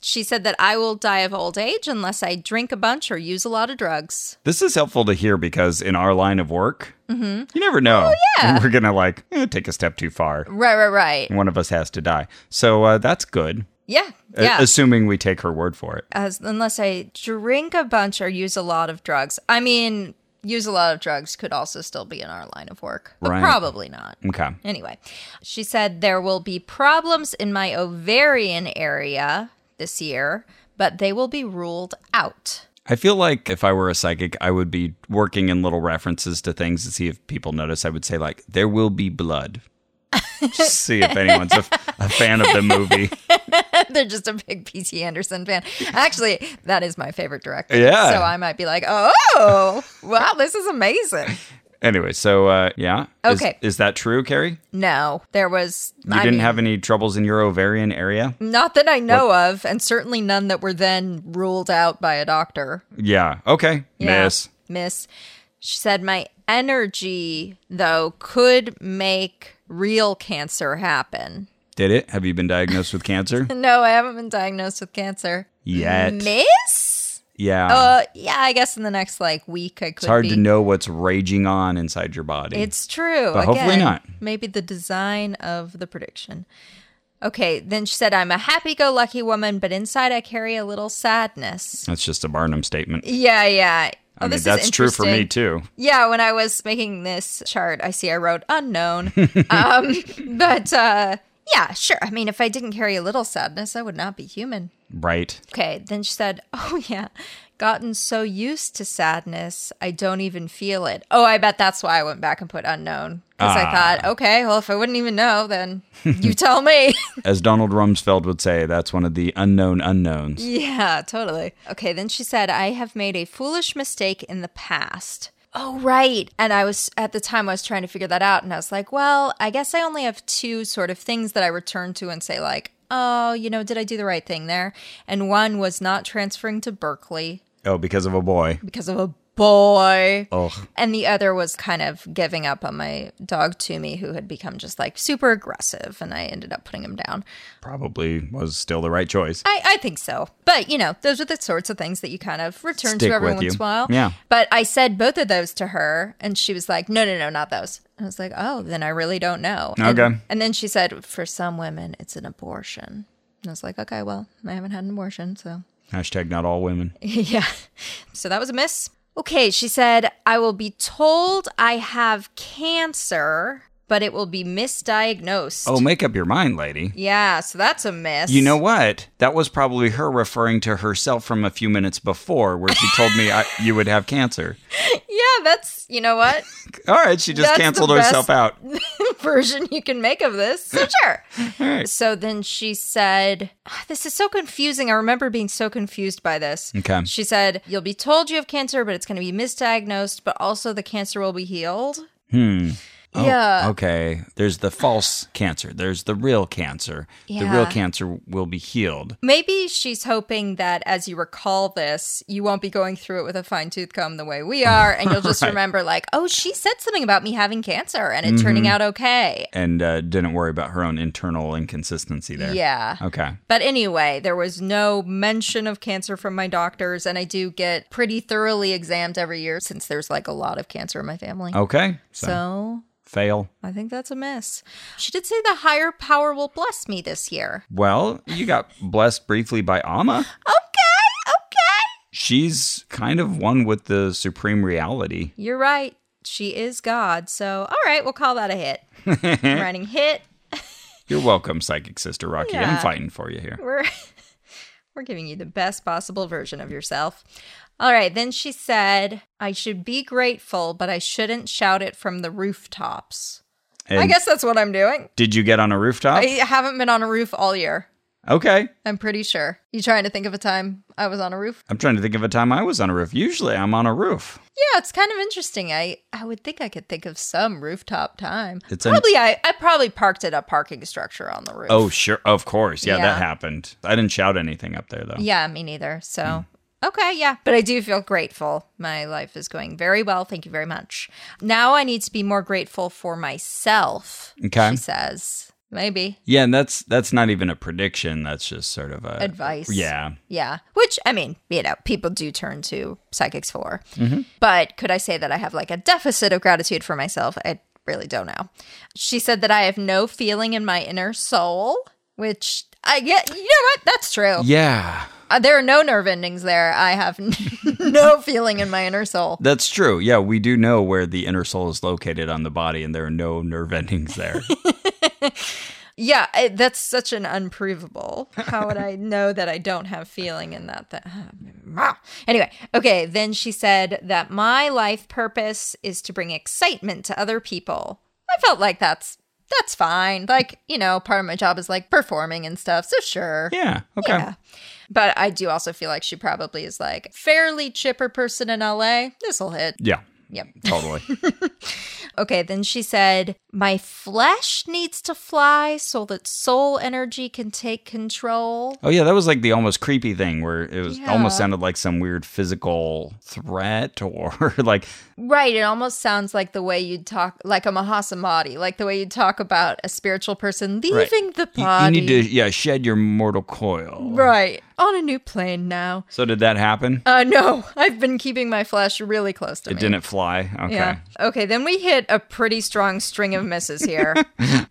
Speaker 1: She said that I will die of old age unless I drink a bunch or use a lot of drugs.
Speaker 2: This is helpful to hear because in our line of work, you never know.
Speaker 1: Mm-hmm. Oh, yeah.
Speaker 2: when We're gonna like eh, take a step too far.
Speaker 1: Right, right, right.
Speaker 2: One of us has to die, so uh, that's good.
Speaker 1: Yeah.
Speaker 2: a-
Speaker 1: Yeah.
Speaker 2: assuming we take her word for it.
Speaker 1: as unless I drink a bunch or use a lot of drugs. I mean, use a lot of drugs could also still be in our line of work, but
Speaker 2: Right.
Speaker 1: probably not.
Speaker 2: Okay.
Speaker 1: Anyway, she said there will be problems in my ovarian area this year, but they will be ruled out.
Speaker 2: I feel like if I were a psychic, I would be working in little references to things to see if people notice. I would say like, "There will be blood." Just see if anyone's a, a fan of the movie.
Speaker 1: They're just a big P.T. Anderson fan. Actually, that is my favorite director.
Speaker 2: Yeah.
Speaker 1: So I might be like, oh, wow, this is amazing.
Speaker 2: Anyway, so uh, yeah, Is-
Speaker 1: Okay.
Speaker 2: is, that true, Carrie?
Speaker 1: No, there was.
Speaker 2: You didn't have any troubles in your ovarian area?
Speaker 1: Not that I know of, and certainly none that were then ruled out by a doctor.
Speaker 2: Yeah. Okay.
Speaker 1: Yeah.
Speaker 2: Miss.
Speaker 1: Miss. She said, My energy, though, could make real cancer happen.
Speaker 2: Did it? Have you been diagnosed with cancer
Speaker 1: No, I haven't been diagnosed with cancer.
Speaker 2: yet?
Speaker 1: Miss?
Speaker 2: yeah.
Speaker 1: Uh, yeah, I guess in the next like week I could.
Speaker 2: it's hard
Speaker 1: be.
Speaker 2: to know what's raging on inside your body.
Speaker 1: It's true.
Speaker 2: But hopefully
Speaker 1: Again,
Speaker 2: not.
Speaker 1: Maybe the design of the prediction. Okay, then she said, I'm a happy go lucky woman, but inside I carry a little sadness.
Speaker 2: That's just a Barnum statement.
Speaker 1: Yeah, yeah. Oh,
Speaker 2: I mean,
Speaker 1: this
Speaker 2: that's
Speaker 1: is
Speaker 2: true for me
Speaker 1: interesting.
Speaker 2: too.
Speaker 1: Yeah, when I was making this chart, I see I wrote unknown. um, but uh, yeah, sure. I mean, if I didn't carry a little sadness, I would not be human.
Speaker 2: Right.
Speaker 1: Okay, then she said, Oh, yeah, gotten so used to sadness, I don't even feel it. Oh, I bet that's why I went back and put unknown. Because I
Speaker 2: Ah.
Speaker 1: thought, okay, well, if I wouldn't even know, then you tell me.
Speaker 2: As Donald Rumsfeld would say, that's one of the unknown unknowns.
Speaker 1: Yeah, totally. Okay, then she said, I have made a foolish mistake in the past. Oh, right. And I was, at the time, I was trying to figure that out. And I was like, well, I guess I only have two sort of things that I return to and say, like, oh, you know, did I do the right thing there? And one was not transferring to Berkeley
Speaker 2: Oh, because of a boy.
Speaker 1: because of a boy.
Speaker 2: Oh,
Speaker 1: And the other was kind of giving up on my dog Toomey, who had become just like super aggressive. And I ended up putting him down.
Speaker 2: probably was still the right choice.
Speaker 1: I, I think so. But, you know, those are the sorts of things that you kind of return
Speaker 2: Stick
Speaker 1: to every
Speaker 2: with
Speaker 1: once
Speaker 2: you.
Speaker 1: in a while.
Speaker 2: Yeah.
Speaker 1: But I said both of those to her, and she was like, no, no, no, not those. I was like, oh, then I really don't know. And-
Speaker 2: Okay.
Speaker 1: And then she said, for some women, it's an abortion. And I was like, okay, well, I haven't had an abortion, so
Speaker 2: Hashtag not all women.
Speaker 1: yeah. So that was a miss. Okay, she said, I will be told I have cancer, but it will be misdiagnosed.
Speaker 2: Oh, make up your mind, lady.
Speaker 1: Yeah, so that's a miss.
Speaker 2: You know what? That was probably her referring to herself from a few minutes before, where she told me I, you would have cancer.
Speaker 1: Yeah, that's, you know what?
Speaker 2: All right, she just
Speaker 1: That's the
Speaker 2: canceled
Speaker 1: best-
Speaker 2: herself out.
Speaker 1: version you can make of this. So sure.
Speaker 2: All right.
Speaker 1: So then she said, "Ah, This is so confusing. I remember being so confused by this.
Speaker 2: Okay.
Speaker 1: She said, You'll be told you have cancer, but it's going to be misdiagnosed, but also the cancer will be healed.
Speaker 2: Oh,
Speaker 1: Yeah.
Speaker 2: Okay. There's the false cancer. There's the real cancer. The real
Speaker 1: Yeah.
Speaker 2: cancer will be healed.
Speaker 1: Maybe she's hoping that as you recall this, you won't be going through it with a fine tooth comb the way we are. And you'll just
Speaker 2: Right.
Speaker 1: remember, like, oh, she said something about me having cancer and it
Speaker 2: Mm-hmm.
Speaker 1: turning out okay.
Speaker 2: And uh, didn't worry about her own internal inconsistency there.
Speaker 1: Yeah.
Speaker 2: Okay.
Speaker 1: But anyway, there was no mention of cancer from my doctors, and I do get pretty thoroughly examined every year since there's like a lot of cancer in my family.
Speaker 2: Okay. So,
Speaker 1: So
Speaker 2: fail.
Speaker 1: I think that's a miss. She did say the higher power will bless me this year.
Speaker 2: Well, you got blessed briefly by Amma.
Speaker 1: Okay, okay.
Speaker 2: She's kind of one with the supreme reality.
Speaker 1: You're right. She is God. So, all right, we'll call that a hit. I'm writing hit.
Speaker 2: You're welcome, psychic sister Rocky. I'm
Speaker 1: Yeah.
Speaker 2: fighting for you here.
Speaker 1: We're we're giving you the best possible version of yourself. All right, then she said, "I should be grateful, but I shouldn't shout it from the rooftops." I
Speaker 2: And
Speaker 1: guess that's what I'm doing.
Speaker 2: Did you get on a rooftop?
Speaker 1: I haven't been on a roof all year.
Speaker 2: okay.
Speaker 1: I'm pretty sure. You trying to think of a time I was on a roof?
Speaker 2: I'm trying to think of a time I was on a roof. Usually I'm on a roof.
Speaker 1: Yeah, it's kind of interesting. I I would think I could think of some rooftop time.
Speaker 2: It's an-
Speaker 1: probably I I probably parked at a parking structure on the roof.
Speaker 2: Oh, sure. Of course. Yeah,
Speaker 1: Yeah.
Speaker 2: that happened. I didn't shout anything up there, though.
Speaker 1: Yeah, me neither. So,
Speaker 2: Mm.
Speaker 1: okay, yeah. But I do feel grateful. My life is going very well. Thank you very much. Now I need to be more grateful for myself,
Speaker 2: Okay.
Speaker 1: she says. Maybe
Speaker 2: Yeah, and that's that's not even a prediction. That's just sort of a
Speaker 1: advice.
Speaker 2: Uh, Yeah.
Speaker 1: Yeah. Which, I mean, you know, people do turn to psychics for.
Speaker 2: Mm-hmm.
Speaker 1: But could I say that I have like a deficit of gratitude for myself? I really don't know. She said that I have no feeling in my inner soul, which I get, you know what? That's true.
Speaker 2: Yeah.
Speaker 1: Uh, there are no nerve endings there. I have no feeling in my inner soul.
Speaker 2: That's true. Yeah, we do know where the inner soul is located on the body, and there are no nerve endings there.
Speaker 1: Yeah, I, that's such an unprovable. How would I know that I don't have feeling in that? That anyway. Okay, then she said that my life purpose is to bring excitement to other people. I felt like that's that's fine. Like you know, part of my job is like performing and stuff. So sure.
Speaker 2: yeah. Okay.
Speaker 1: Yeah. But I do also feel like she probably is like fairly chipper person in LA. This will hit.
Speaker 2: Yeah,
Speaker 1: Yep.
Speaker 2: totally.
Speaker 1: Okay, then she said, My flesh needs to fly so that soul energy can take control.
Speaker 2: oh yeah, that was like the almost creepy thing where it was
Speaker 1: Yeah.
Speaker 2: almost sounded like some weird physical threat or like
Speaker 1: Right, it almost sounds like the way you'd talk, like a Mahasamadhi, like the way you talk about a spiritual person leaving the
Speaker 2: you,
Speaker 1: body.
Speaker 2: you need to yeah shed your mortal coil.
Speaker 1: Right, on a new plane now.
Speaker 2: So did that happen?
Speaker 1: Uh, no, I've been keeping my flesh really close to me.
Speaker 2: It didn't fly. Okay.
Speaker 1: Yeah. Okay, then we hit a pretty strong string of misses here.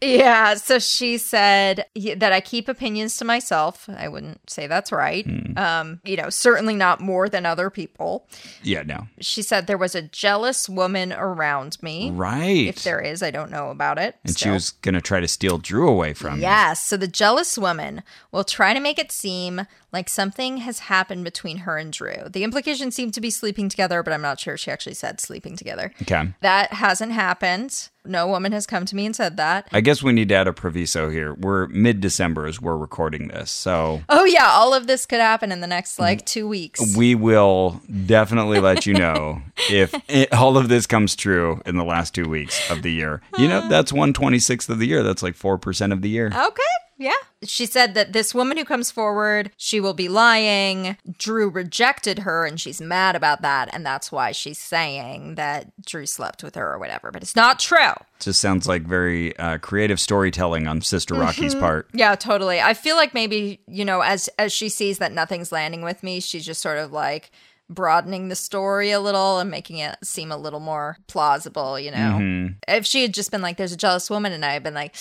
Speaker 1: yeah, so she said y- that I keep opinions to myself. I wouldn't say that's right.
Speaker 2: Hmm.
Speaker 1: Um, you know, certainly not more than other people.
Speaker 2: Yeah. No.
Speaker 1: She said there was a jealous woman around me.
Speaker 2: Right.
Speaker 1: If there is, I don't know about it.
Speaker 2: and she
Speaker 1: still.
Speaker 2: was um, gonna try to steal Drew away from you.
Speaker 1: Yes. So the jealous woman will try to make it seem like something has happened between her and Drew. The implication seemed to be sleeping together, but I'm not sure she actually said sleeping together.
Speaker 2: Okay.
Speaker 1: That hasn't happened. No woman has come to me and said that.
Speaker 2: I guess we need to add a proviso here. We're mid December as we're recording this. So
Speaker 1: Oh, yeah, all of this could happen in the next like two weeks.
Speaker 2: we will definitely let you know if it, all of this comes true in the last two weeks of the year. You know, that's 126th of the year. That's like 4% of the year.
Speaker 1: okay, yeah. She said that this woman who comes forward, she will be lying. Drew rejected her and she's mad about that. And that's why she's saying that Drew slept with her or whatever. But it's not true.
Speaker 2: Just sounds like very uh, creative storytelling on Sister
Speaker 1: mm-hmm.
Speaker 2: Rocky's part.
Speaker 1: Yeah, totally. I feel like maybe, you know, as as she sees that nothing's landing with me, she's just sort of like broadening the story a little and making it seem a little more plausible, you know. If she had just been like there's a jealous woman and I had been like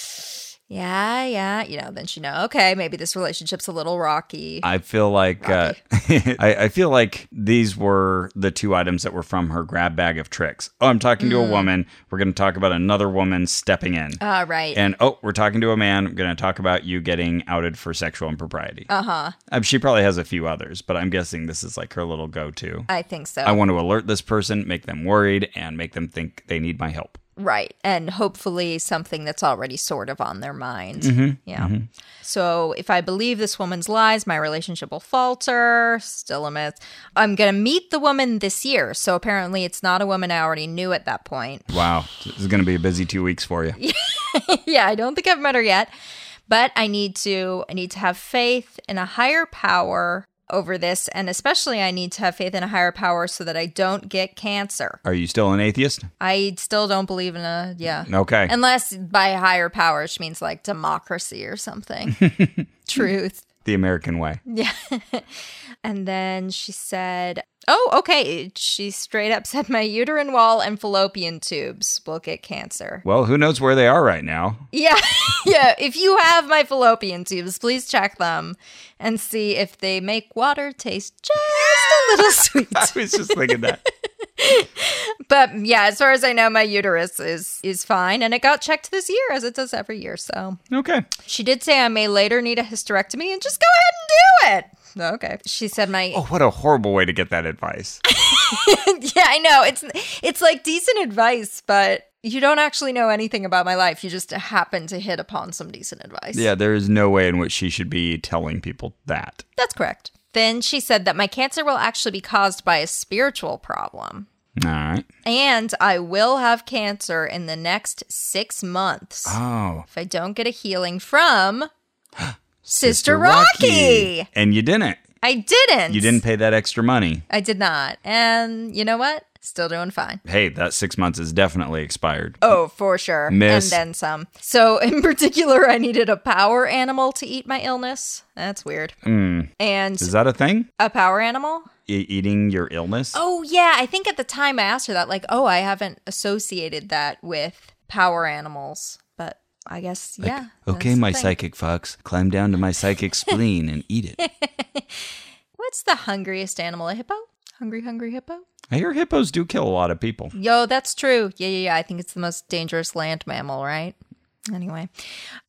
Speaker 1: yeah, yeah, you know, then she know, okay, maybe this relationship's a little rocky.
Speaker 2: I feel like uh, I, I feel like these were the two items that were from her grab bag of tricks. Oh, I'm talking to a woman. We're going to talk about another woman stepping in.
Speaker 1: Mm. uh, right.
Speaker 2: and oh, we're talking to a man. I'm going to talk about you getting outed for sexual impropriety. Uh huh.
Speaker 1: Uh-huh.
Speaker 2: Um, she probably has a few others, but I'm guessing this is like her little go to.
Speaker 1: I think so.
Speaker 2: I want to alert this person, make them worried, and make them think they need my help.
Speaker 1: Right. And hopefully something that's already sort of on their mind. Yeah. So if I believe this woman's lies, my relationship will falter. Still a myth. I'm going to meet the woman this year. So apparently it's not a woman I already knew at that point.
Speaker 2: Wow, this is going to be a busy two weeks for you.
Speaker 1: yeah, I don't think I've met her yet. But I need to I need to have faith in a higher power over this and especially I need to have faith in a higher power so that I don't get cancer.
Speaker 2: Are you still an atheist?
Speaker 1: I still don't believe in a yeah.
Speaker 2: Okay.
Speaker 1: Unless by higher power, she means like democracy or something. Truth.
Speaker 2: the American way.
Speaker 1: Yeah. and then she said, Oh, okay. She straight up said, My uterine wall and fallopian tubes will get cancer.
Speaker 2: Well, who knows where they are right now?
Speaker 1: Yeah. yeah. If you have my fallopian tubes, please check them and see if they make water taste just a little
Speaker 2: I
Speaker 1: sweet.
Speaker 2: was just thinking that.
Speaker 1: But yeah, as far as I know, my uterus is is fine and it got checked this year as it does every year. So
Speaker 2: Okay.
Speaker 1: She did say I may later need a hysterectomy and just go ahead and do it. Oh, Okay. She said my
Speaker 2: Oh, what a horrible way to get that advice.
Speaker 1: Yeah, I know. It's it's like decent advice, but you don't actually know anything about my life. You just happen to hit upon some decent advice.
Speaker 2: Yeah, there is no way in which she should be telling people that.
Speaker 1: That's correct. Then she said that my cancer will actually be caused by a spiritual problem.
Speaker 2: All right.
Speaker 1: And I will have cancer in the next six months
Speaker 2: Oh,
Speaker 1: if I don't get a healing from Sister,
Speaker 2: Mr.
Speaker 1: Rocky.
Speaker 2: And you didn't.
Speaker 1: I didn't.
Speaker 2: You didn't pay that extra money.
Speaker 1: I did not. And you know what? Still doing fine.
Speaker 2: Hey, that six months is definitely expired.
Speaker 1: Oh, for sure.
Speaker 2: Miss-
Speaker 1: And then some. So, in particular, I needed a power animal to eat my illness. That's weird. And
Speaker 2: Hmm. Is that a thing?
Speaker 1: a power animal?
Speaker 2: E- eating your illness?
Speaker 1: Oh, yeah. I think at the time I asked her that, like, oh, I haven't associated that with power animals. But I guess, yeah.
Speaker 2: okay,
Speaker 1: that's
Speaker 2: my
Speaker 1: the thing.
Speaker 2: psychic fox, climb down to my psychic spleen and eat it.
Speaker 1: What's the hungriest animal? A hippo? Hungry, hungry hippo?
Speaker 2: I hear hippos do kill a lot of people.
Speaker 1: Yo, that's true. Yeah, yeah, yeah. I think it's the most dangerous land mammal, right? Anyway,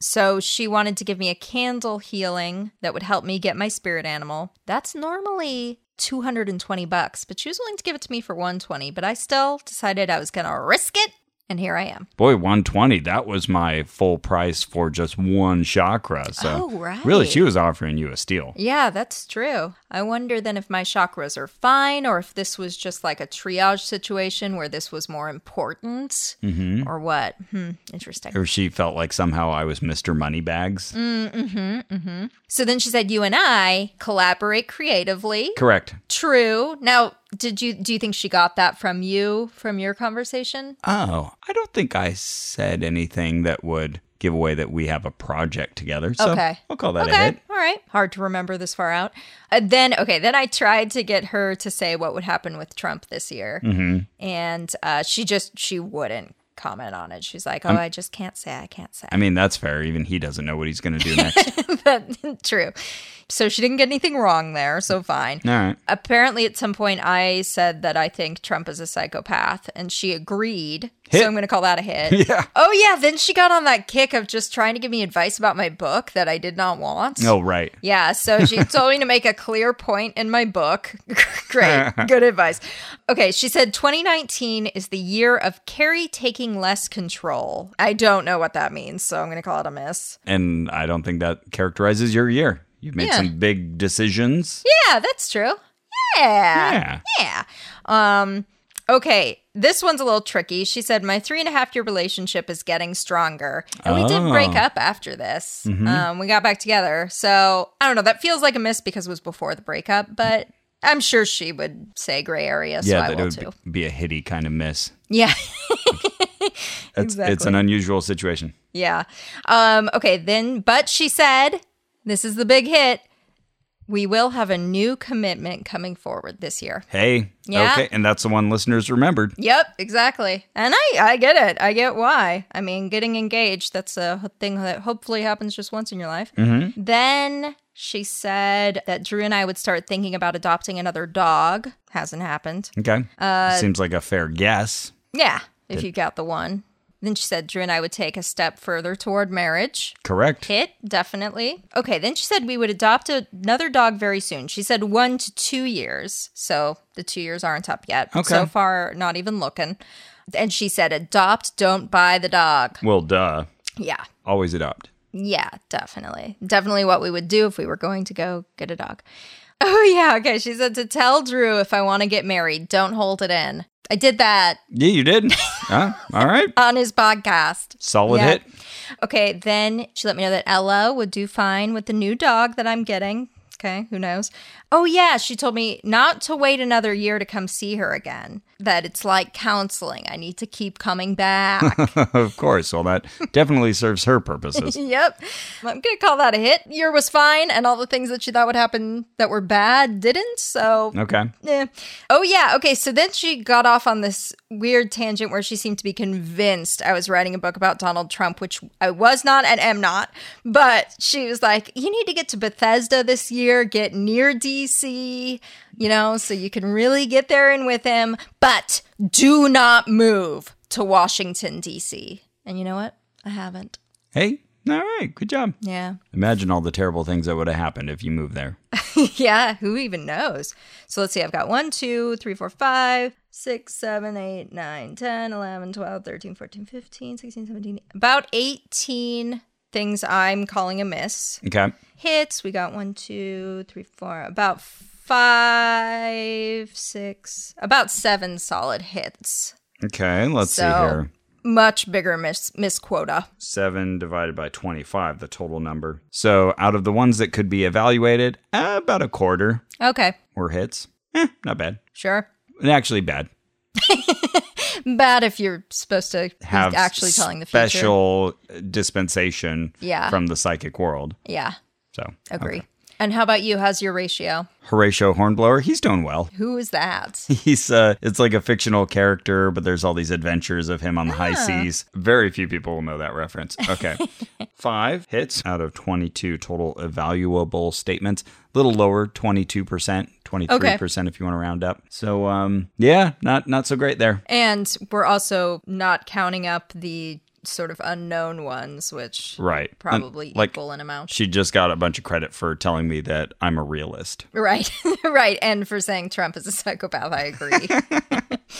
Speaker 1: so she wanted to give me a candle healing that would help me get my spirit animal. That's normally 220 bucks, but she was willing to give it to me for 120, but I still decided I was going to risk it, and here I am.
Speaker 2: Boy, 120, that was my full price for just one chakra. So
Speaker 1: Oh, right.
Speaker 2: really, she was offering you a steal.
Speaker 1: Yeah, that's true. I wonder then if my chakras are fine or if this was just like a triage situation where this was more important or what. Hmm, interesting.
Speaker 2: Or she felt like somehow I was Mr. Moneybags.
Speaker 1: So then she said, "You and I collaborate creatively."
Speaker 2: Correct.
Speaker 1: True. Now, did you do you think she got that from you from your conversation?
Speaker 2: Oh, I don't think I said anything that would give away that we have a project together. So
Speaker 1: Okay.
Speaker 2: I'll call that a
Speaker 1: Okay.
Speaker 2: hit.
Speaker 1: All right. Hard to remember this far out. Uh, then okay. Then I tried to get her to say what would happen with Trump this year, and uh, she just she wouldn't comment on it. She's like, "Oh, I just can't say. I can't say."
Speaker 2: I mean, that's fair. Even he doesn't know what he's going to do next.
Speaker 1: But true. So she didn't get anything wrong there. So fine.
Speaker 2: All right.
Speaker 1: apparently at some point I said that I think Trump is a psychopath and she agreed.
Speaker 2: Hit.
Speaker 1: So I'm going to call that a hit.
Speaker 2: Yeah.
Speaker 1: Oh yeah, then she got on that kick of just trying to give me advice about my book that I did not want.
Speaker 2: Oh, right.
Speaker 1: Yeah, so she told me to make a clear point in my book. Great, good advice. Okay, she said 2019 is the year of Carrie taking less control. I don't know what that means, so I'm going to call it a miss.
Speaker 2: And I don't think that characterizes your year. You've made
Speaker 1: Yeah.
Speaker 2: some big decisions.
Speaker 1: Yeah, that's true. Yeah.
Speaker 2: Yeah.
Speaker 1: Yeah. Um, okay. This one's a little tricky. She said, My three and a half year relationship is getting stronger. And we did
Speaker 2: Oh. Mm-hmm.
Speaker 1: break up after this. Um, we got back together. So I don't know. That feels like a miss because it was before the breakup, but I'm sure she would say gray area. So
Speaker 2: Yeah,
Speaker 1: I
Speaker 2: that
Speaker 1: will
Speaker 2: it
Speaker 1: too.
Speaker 2: would be- be a hitty kind of miss.
Speaker 1: Yeah.
Speaker 2: It's, it's an
Speaker 1: Exactly.
Speaker 2: unusual situation.
Speaker 1: yeah. Um, okay. Then, but she said, This is the big hit. We will have a new commitment coming forward this year.
Speaker 2: Hey,
Speaker 1: Yeah.
Speaker 2: okay. And that's the one listeners remembered.
Speaker 1: Yep, exactly. And I I get it. I get why. I mean, getting engaged, that's a h- thing that hopefully happens just once in your life. Then she said that Drew and I would start thinking about adopting another dog. Hasn't happened.
Speaker 2: Okay.
Speaker 1: Uh,
Speaker 2: Seems like a fair guess.
Speaker 1: Yeah, if you got the one. Then she said Drew and I would take a step further toward marriage.
Speaker 2: Correct.
Speaker 1: Hit, definitely. Okay, then she said we would adopt a- another dog very soon. She said one to two years. So the two years aren't up yet.
Speaker 2: Okay.
Speaker 1: So far, not even looking. And she said, adopt, don't buy the dog.
Speaker 2: Well, duh.
Speaker 1: Yeah,
Speaker 2: Always adopt.
Speaker 1: yeah, definitely. Definitely what we would do if we were going to go get a dog. Oh, yeah. Okay. She said to tell Drew if I want to get married, don't hold it in. I did that
Speaker 2: Yeah, you did. huh? All right.
Speaker 1: on his podcast.
Speaker 2: Solid
Speaker 1: Yeah.
Speaker 2: hit.
Speaker 1: Okay, then she let me know that Ella would do fine with the new dog that I'm getting. Okay, who knows? Oh, yeah, she told me not to wait another year to come see her again, that it's like counseling. I need to keep coming back.
Speaker 2: of course. Well, that definitely serves her purposes.
Speaker 1: yep. I'm going to call that a hit. Year was fine, and all the things that she thought would happen that were bad didn't. So,
Speaker 2: Okay.
Speaker 1: Eh. Oh, yeah. Okay. So then she got off on this weird tangent where she seemed to be convinced I was writing a book about Donald Trump, which I was not and am not. But she was like, you need to get to Bethesda this year, get near DC, you know, so you can really get there in with him. But do not move to Washington, DC. And you know what? I haven't.
Speaker 2: Hey, all right. Good job.
Speaker 1: Yeah.
Speaker 2: Imagine all the terrible things that would have happened if you moved there.
Speaker 1: yeah, who even knows? So let's see. I've got one, two, three, four, five, 6, 7, 8, 9, 10, 11, 12, 13, 14, 15, 16, 17, about 18 things I'm calling a miss.
Speaker 2: Okay.
Speaker 1: Hits, we got one, two, three, four, about five, six, about seven solid hits.
Speaker 2: Okay. Let's see
Speaker 1: So-
Speaker 2: here.
Speaker 1: Much bigger miss, miss quota.
Speaker 2: 7 divided by 25, the total number. So out of the ones that could be evaluated, uh, about a quarter
Speaker 1: Okay,
Speaker 2: were hits. Eh, not bad.
Speaker 1: sure.
Speaker 2: Actually, bad.
Speaker 1: Bad if you're supposed to be
Speaker 2: Have
Speaker 1: actually telling the future.
Speaker 2: special dispensation
Speaker 1: Yeah.
Speaker 2: from the psychic world.
Speaker 1: Yeah,
Speaker 2: So
Speaker 1: agree.
Speaker 2: okay.
Speaker 1: And how about you? How's your ratio?
Speaker 2: Horatio Hornblower, he's doing well.
Speaker 1: Who is that?
Speaker 2: He's uh, it's like a fictional character, but there's all these adventures of him on the high seas. Very few people will know that reference. Okay, five hits out of 22 total evaluable statements. Little lower, 22 percent, 23 percent if you want to round up. So um, yeah, not not so great there.
Speaker 1: And we're also not counting up the sort of unknown ones, which
Speaker 2: Right, And,
Speaker 1: probably
Speaker 2: like
Speaker 1: equal in amount.
Speaker 2: she just got a bunch of credit for telling me that I'm a realist.
Speaker 1: Right, right. And for saying Trump is a psychopath, I agree.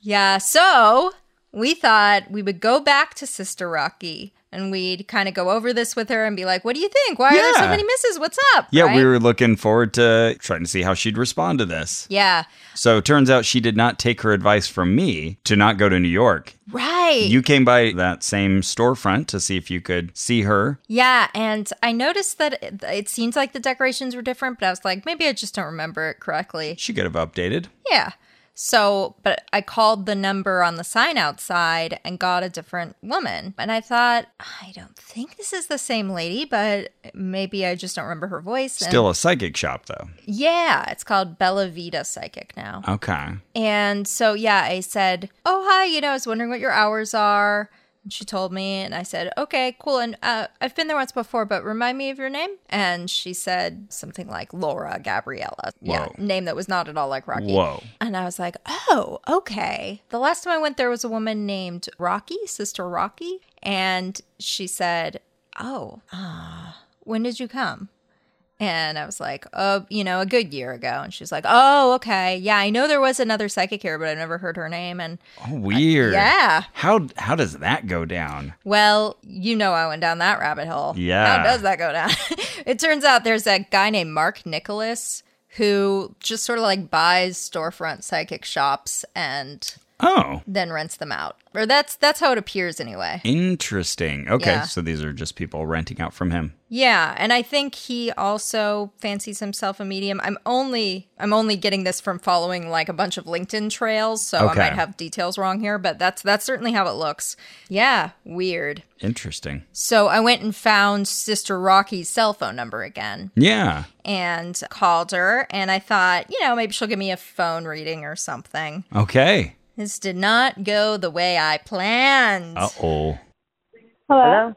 Speaker 1: yeah, so we thought we would go back to Sister Rocky and we'd kind of go over this with her and be like, what do you think? Why are there so
Speaker 2: Yeah.
Speaker 1: many misses? What's up?
Speaker 2: Yeah,
Speaker 1: Right?
Speaker 2: we were looking forward to trying to see how she'd respond to this.
Speaker 1: Yeah,
Speaker 2: So it turns out she did not take her advice from me to not go to New York.
Speaker 1: right.
Speaker 2: You came by that same storefront to see if you could see her.
Speaker 1: Yeah, and I noticed that it, it seems like the decorations were different, but I was like, maybe I just don't remember it correctly.
Speaker 2: She could have updated.
Speaker 1: Yeah. So, but I called the number on the sign outside and got a different woman. And I thought, I don't think this is the same lady, but maybe I just don't remember her voice. And-
Speaker 2: Still a psychic shop, though.
Speaker 1: Yeah, it's called Bella Vita Psychic now.
Speaker 2: Okay.
Speaker 1: And so, yeah, I said, Oh, hi, you know, I was wondering what your hours are. And she told me, and I said, Okay, cool. And uh, I've been there once before, but remind me of your name. And she said something like Laura Gabriella. Yeah,
Speaker 2: Whoa.
Speaker 1: name that was not at all like Rocky.
Speaker 2: Whoa.
Speaker 1: And I was like, Oh, okay. The last time I went there was a woman named Rocky, Sister Rocky. And she said, Oh, ah, when did you come? And I was like, oh, you know, a good year ago. And she's like, oh, okay. Yeah, I know there was another psychic here, but I've never heard her name. And
Speaker 2: Oh, weird.
Speaker 1: yeah,
Speaker 2: How how does that go down?
Speaker 1: well, you know, I went down that rabbit hole.
Speaker 2: Yeah.
Speaker 1: How does that go down? it turns out there's a guy named Mark Nicholas who just sort of like buys storefront psychic shops and
Speaker 2: Oh,
Speaker 1: then rents them out. Or that's that's how it appears anyway.
Speaker 2: interesting. Okay,
Speaker 1: Yeah.
Speaker 2: so these are just people renting out from him.
Speaker 1: Yeah, and I think he also fancies himself a medium. I'm only I'm only getting this from following like a bunch of LinkedIn trails, so I
Speaker 2: Okay.
Speaker 1: might have details wrong here, but that's that's certainly how it looks. Yeah, weird.
Speaker 2: Interesting.
Speaker 1: So I went and found Sister Rocky's cell phone number again
Speaker 2: Yeah.
Speaker 1: and called her and I thought, you know, maybe she'll give me a phone reading or something.
Speaker 2: Okay.
Speaker 1: This did not go the way I planned.
Speaker 2: Uh oh.
Speaker 3: Hello?
Speaker 4: Hello?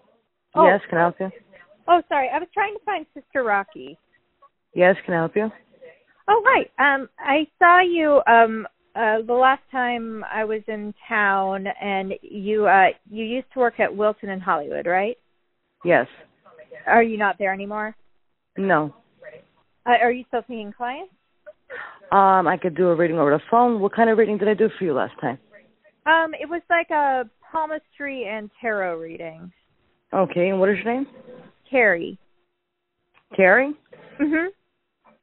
Speaker 3: Oh.
Speaker 4: Yes, can I help you?
Speaker 3: Oh, sorry. I was trying to find Sister Rocky.
Speaker 4: Yes, can I help you?
Speaker 3: Oh, hi. Um, I saw you um uh the last time I was in town, and you uh you used to work at Wilton in Hollywood, right?
Speaker 4: Yes.
Speaker 3: Are you not there anymore?
Speaker 4: No.
Speaker 3: Uh, are you still seeing clients?
Speaker 4: Um, I could do a reading over the phone. What kind of reading did I do for you last time?
Speaker 3: Um, it was like a palmistry and tarot reading.
Speaker 4: Okay, and what is your name?
Speaker 3: Carrie.
Speaker 4: Carrie?
Speaker 3: Mhm.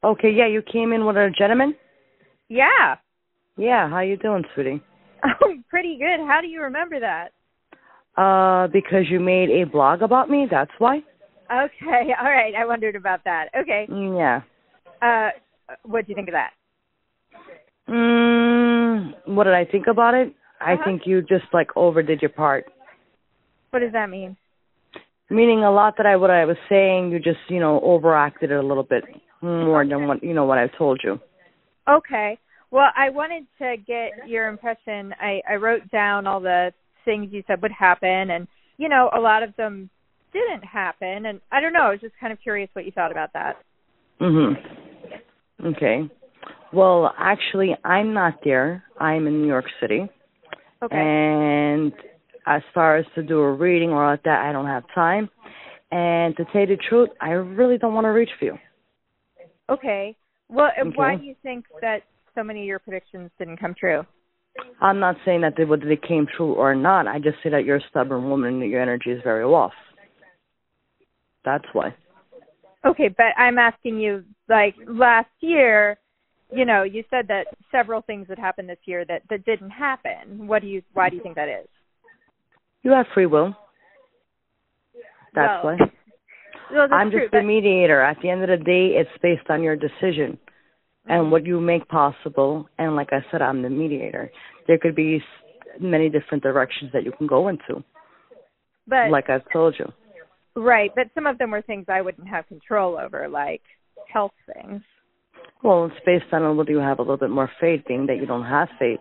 Speaker 4: Okay, yeah, you came in with a gentleman?
Speaker 3: Yeah.
Speaker 4: Yeah, how you doing, sweetie?
Speaker 3: Oh, pretty good. How do you remember that?
Speaker 4: Uh, because you made a blog about me, that's why?
Speaker 3: Okay. All right. I wondered about that. Okay.
Speaker 4: Mm, Yeah.
Speaker 3: Uh, what do you think of that?
Speaker 4: Mm, what did I think about it? I
Speaker 3: Uh-huh.
Speaker 4: think you just like overdid your part.
Speaker 3: What does that mean?
Speaker 4: Meaning a lot that I what I was saying, you just, you know, overacted it a little bit more than what you know what I told you.
Speaker 3: Okay. Well, I wanted to get your impression. I, I wrote down all the things you said would happen, and you know, a lot of them didn't happen. And I don't know. I was just kind of curious what you thought about that.
Speaker 4: Mm-hmm. Okay. Well, actually, I'm not there. I'm in New York City,
Speaker 3: Okay.
Speaker 4: and as far as to do a reading or like that, I don't have time. And to tell you the truth, I really don't want to reach for you.
Speaker 3: okay. Well, and why
Speaker 4: Okay.
Speaker 3: do you think that so many of your predictions didn't come true.
Speaker 4: I'm not saying that they, whether they came true or not. I just say that you're a stubborn woman and that your energy is very off. That's why.
Speaker 3: Okay, but I'm asking you, like last year, you know, you said that several things that happened this year that that didn't happen. What do you? Why do you think that is?
Speaker 4: You have free will. That's
Speaker 3: Well,
Speaker 4: why.
Speaker 3: Well, that's
Speaker 4: I'm
Speaker 3: true,
Speaker 4: just
Speaker 3: but-
Speaker 4: the mediator. At the end of the day, it's based on your decision and what you make possible. And like I said, I'm the mediator. There could be s- many different directions that you can go into,
Speaker 3: but
Speaker 4: like I've told you.
Speaker 3: right, but some of them were things I wouldn't have control over, like health things.
Speaker 4: Well, it's based on whether you have a little bit more faith, being that you don't have faith,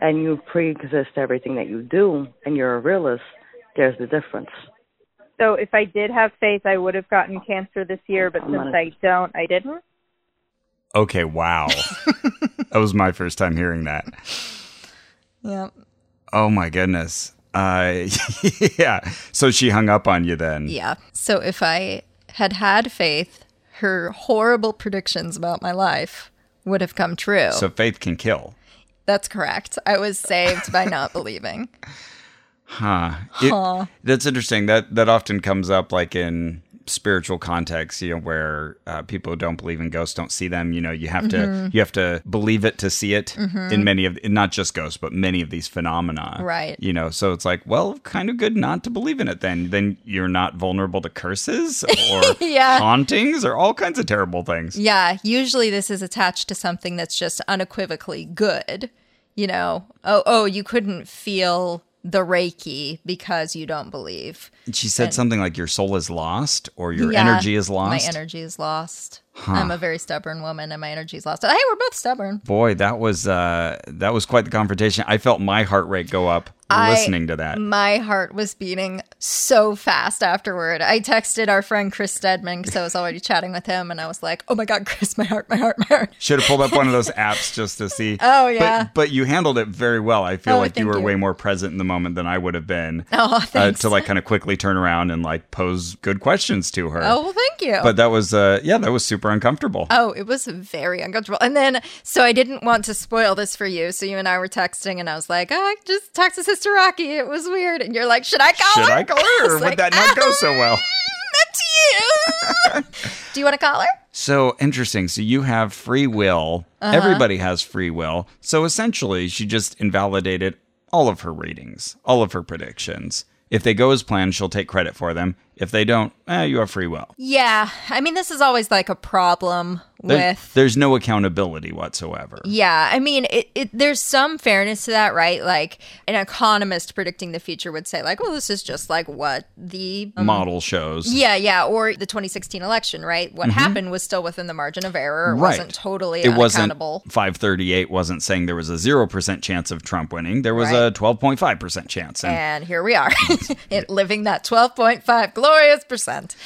Speaker 4: and you pre-exist everything that you do, and you're a realist. There's the difference.
Speaker 3: So if I did have faith, I would have gotten cancer this year, but
Speaker 4: I'm
Speaker 3: since
Speaker 4: not
Speaker 3: I don't, I didn't.
Speaker 2: Okay, wow. that was my first time hearing that.
Speaker 1: Yep.
Speaker 2: Oh my goodness. Uh yeah. So she hung up on you then.
Speaker 1: Yeah. So if I had had faith, her horrible predictions about my life would have come true.
Speaker 2: So faith can kill.
Speaker 1: That's correct. I was saved by not believing.
Speaker 2: Huh. It- that's interesting. That that often comes up like in spiritual contexts, you know, where uh, people who don't believe in ghosts don't see them. You know, you have
Speaker 1: Mm-hmm.
Speaker 2: to you have to believe it to see it in many of not just ghosts, but many of these phenomena.
Speaker 1: Right.
Speaker 2: You know, so it's like, well, kind of good not to believe in it then. Then you're not vulnerable to curses or
Speaker 1: Yeah.
Speaker 2: hauntings or all kinds of terrible things.
Speaker 1: Yeah, usually this is attached to something that's just unequivocally good. You know, oh, oh, you couldn't feel the Reiki because you don't believe.
Speaker 2: She said something like your soul is lost or your
Speaker 1: Yeah,
Speaker 2: energy is lost.
Speaker 1: My energy is lost. I'm a very stubborn woman and my energy is lost. Hey, we're both stubborn.
Speaker 2: Boy, that was uh, that was quite the confrontation. I felt my heart rate go up
Speaker 1: I-
Speaker 2: listening to that.
Speaker 1: My heart was beating so fast afterward. I texted our friend Chris Stedman because I was already chatting with him and I was like, oh my God, Chris, my heart, my heart, my heart.
Speaker 2: Should have pulled up one of those apps just to see.
Speaker 1: Oh, yeah.
Speaker 2: but, but you handled it very well. I feel
Speaker 1: Oh,
Speaker 2: like you
Speaker 1: thank
Speaker 2: were
Speaker 1: you.
Speaker 2: way more present in the moment than I would have been.
Speaker 1: Oh,
Speaker 2: uh,
Speaker 1: thanks.
Speaker 2: to like kind of quickly turn around and like pose good questions to her.
Speaker 1: oh, well, thank you.
Speaker 2: But that was uh, yeah, that was super uncomfortable.
Speaker 1: Oh, it was very uncomfortable. And then, so I didn't want to spoil this for you. So you and I were texting, and I was like, oh, I just texted Sister Rocky. It was weird. And you're like, should I call
Speaker 2: Should
Speaker 1: her?
Speaker 2: I call her?
Speaker 1: was
Speaker 2: Or would
Speaker 1: like, "Ah!"
Speaker 2: that not go so well?
Speaker 1: Up to you. Do you want to call her?
Speaker 2: So interesting. So you have free will.
Speaker 1: Uh-huh.
Speaker 2: Everybody has free will. So essentially, she just invalidated all of her readings, all of her predictions. If they go as planned, she'll take credit for them. If they don't, eh, you have free will.
Speaker 1: Yeah. I mean, this is always like a problem
Speaker 2: There's,
Speaker 1: with.
Speaker 2: there's no accountability whatsoever.
Speaker 1: Yeah, I mean, it, it, there's some fairness to that, right? Like an economist predicting the future would say, like, well, this is just like what the
Speaker 2: Model shows.
Speaker 1: Yeah, yeah, or the 2016 election, right? What happened was still within the margin of error. It
Speaker 2: Mm-hmm. Right.
Speaker 1: wasn't totally
Speaker 2: It wasn't Mm.
Speaker 1: unaccountable.
Speaker 2: 538 wasn't saying there was a 0% chance of Trump winning. There was a
Speaker 1: Right.
Speaker 2: 12.5% chance. And
Speaker 1: And here we are, it, living that 12.5 glorious percent.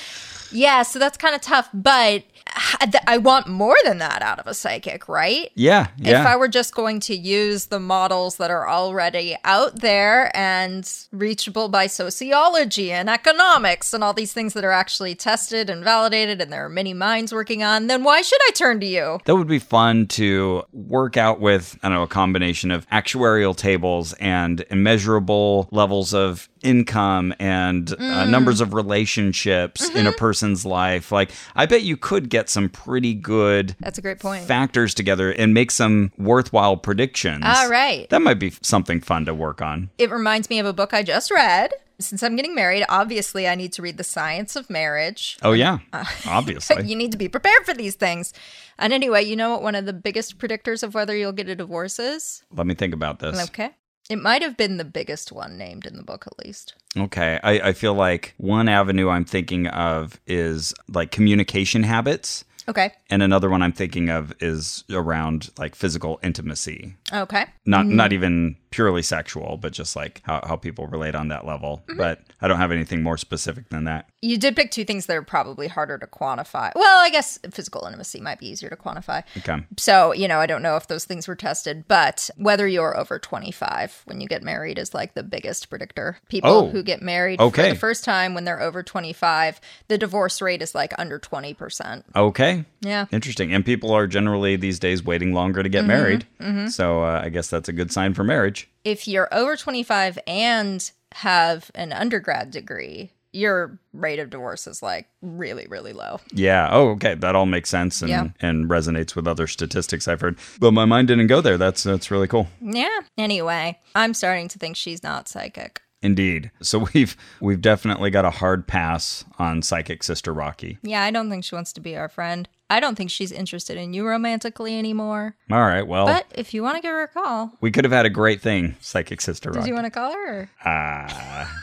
Speaker 1: Yeah, so that's kind of tough, but I I want more than that out of a psychic, right?
Speaker 2: yeah, yeah.
Speaker 1: If I were just going to use the models that are already out there and reachable by sociology and economics and all these things that are actually tested and validated and there are many minds working on, then why should I turn to you?
Speaker 2: That would be fun to work out with, I don't know, a combination of actuarial tables and immeasurable levels of income and
Speaker 1: Mm.
Speaker 2: uh, numbers of relationships in a
Speaker 1: Mm-hmm.
Speaker 2: person's life. Like, I bet you could get some pretty good
Speaker 1: That's a great point.
Speaker 2: factors together and make some worthwhile predictions.
Speaker 1: All right.
Speaker 2: That might be something fun to work on.
Speaker 1: It reminds me of a book I just read. Since I'm getting married, obviously I need to read The Science of Marriage.
Speaker 2: Oh, yeah.
Speaker 1: Uh,
Speaker 2: Obviously.
Speaker 1: You need to be prepared for these things. And anyway, you know what one of the biggest predictors of whether you'll get a divorce is?
Speaker 2: Let me think about this.
Speaker 1: Okay. It might have been the biggest one named in the book, at least.
Speaker 2: Okay. I, I feel like one avenue I'm thinking of is like communication habits.
Speaker 1: Okay.
Speaker 2: And another one I'm thinking of is around like physical intimacy.
Speaker 1: Okay.
Speaker 2: Not not even purely sexual, but just like how, how people relate on that level.
Speaker 1: Mm-hmm.
Speaker 2: But I don't have anything more specific than that.
Speaker 1: You did pick two things that are probably harder to quantify. Well, I guess physical intimacy might be easier to quantify.
Speaker 2: Okay.
Speaker 1: So, you know, I don't know if those things were tested, but whether you're over 25 when you get married is like the biggest predictor. People
Speaker 2: Oh.
Speaker 1: who get married
Speaker 2: Okay.
Speaker 1: for the first time when they're over 25, the divorce rate is like under 20%.
Speaker 2: Okay.
Speaker 1: Yeah.
Speaker 2: Interesting. And people are generally these days waiting longer to get
Speaker 1: Mm-hmm.
Speaker 2: married. So uh, I guess that's a good sign for marriage.
Speaker 1: If you're over 25 and have an undergrad degree, your rate of divorce is like really, really low.
Speaker 2: Yeah. Oh, okay. That all makes sense and,
Speaker 1: Yeah.
Speaker 2: and resonates with other statistics I've heard. But my mind didn't go there. That's that's really cool.
Speaker 1: Yeah. Anyway, I'm starting to think she's not psychic.
Speaker 2: Indeed. So we've we've definitely got a hard pass on psychic sister Rocky.
Speaker 1: Yeah, I don't think she wants to be our friend. I don't think she's interested in you romantically anymore.
Speaker 2: All right. Well,
Speaker 1: But if you want to give her a call,
Speaker 2: we could have had a great thing, psychic sister
Speaker 1: did
Speaker 2: Rocky.
Speaker 1: you want to call her? Or?
Speaker 2: Ah.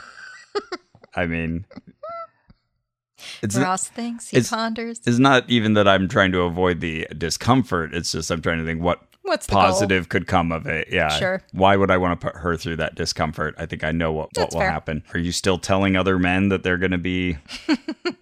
Speaker 2: I mean, it's
Speaker 1: Ross thinks he
Speaker 2: it's-
Speaker 1: ponders.
Speaker 2: it's not even that I'm trying to avoid the discomfort. It's just I'm trying to think what
Speaker 1: What's the goal?
Speaker 2: positive could come of it. Yeah.
Speaker 1: Sure.
Speaker 2: Why would I want to put her through that discomfort? I think I know what, what
Speaker 1: That's
Speaker 2: will
Speaker 1: fair.
Speaker 2: happen. Are you still telling other men that they're going to be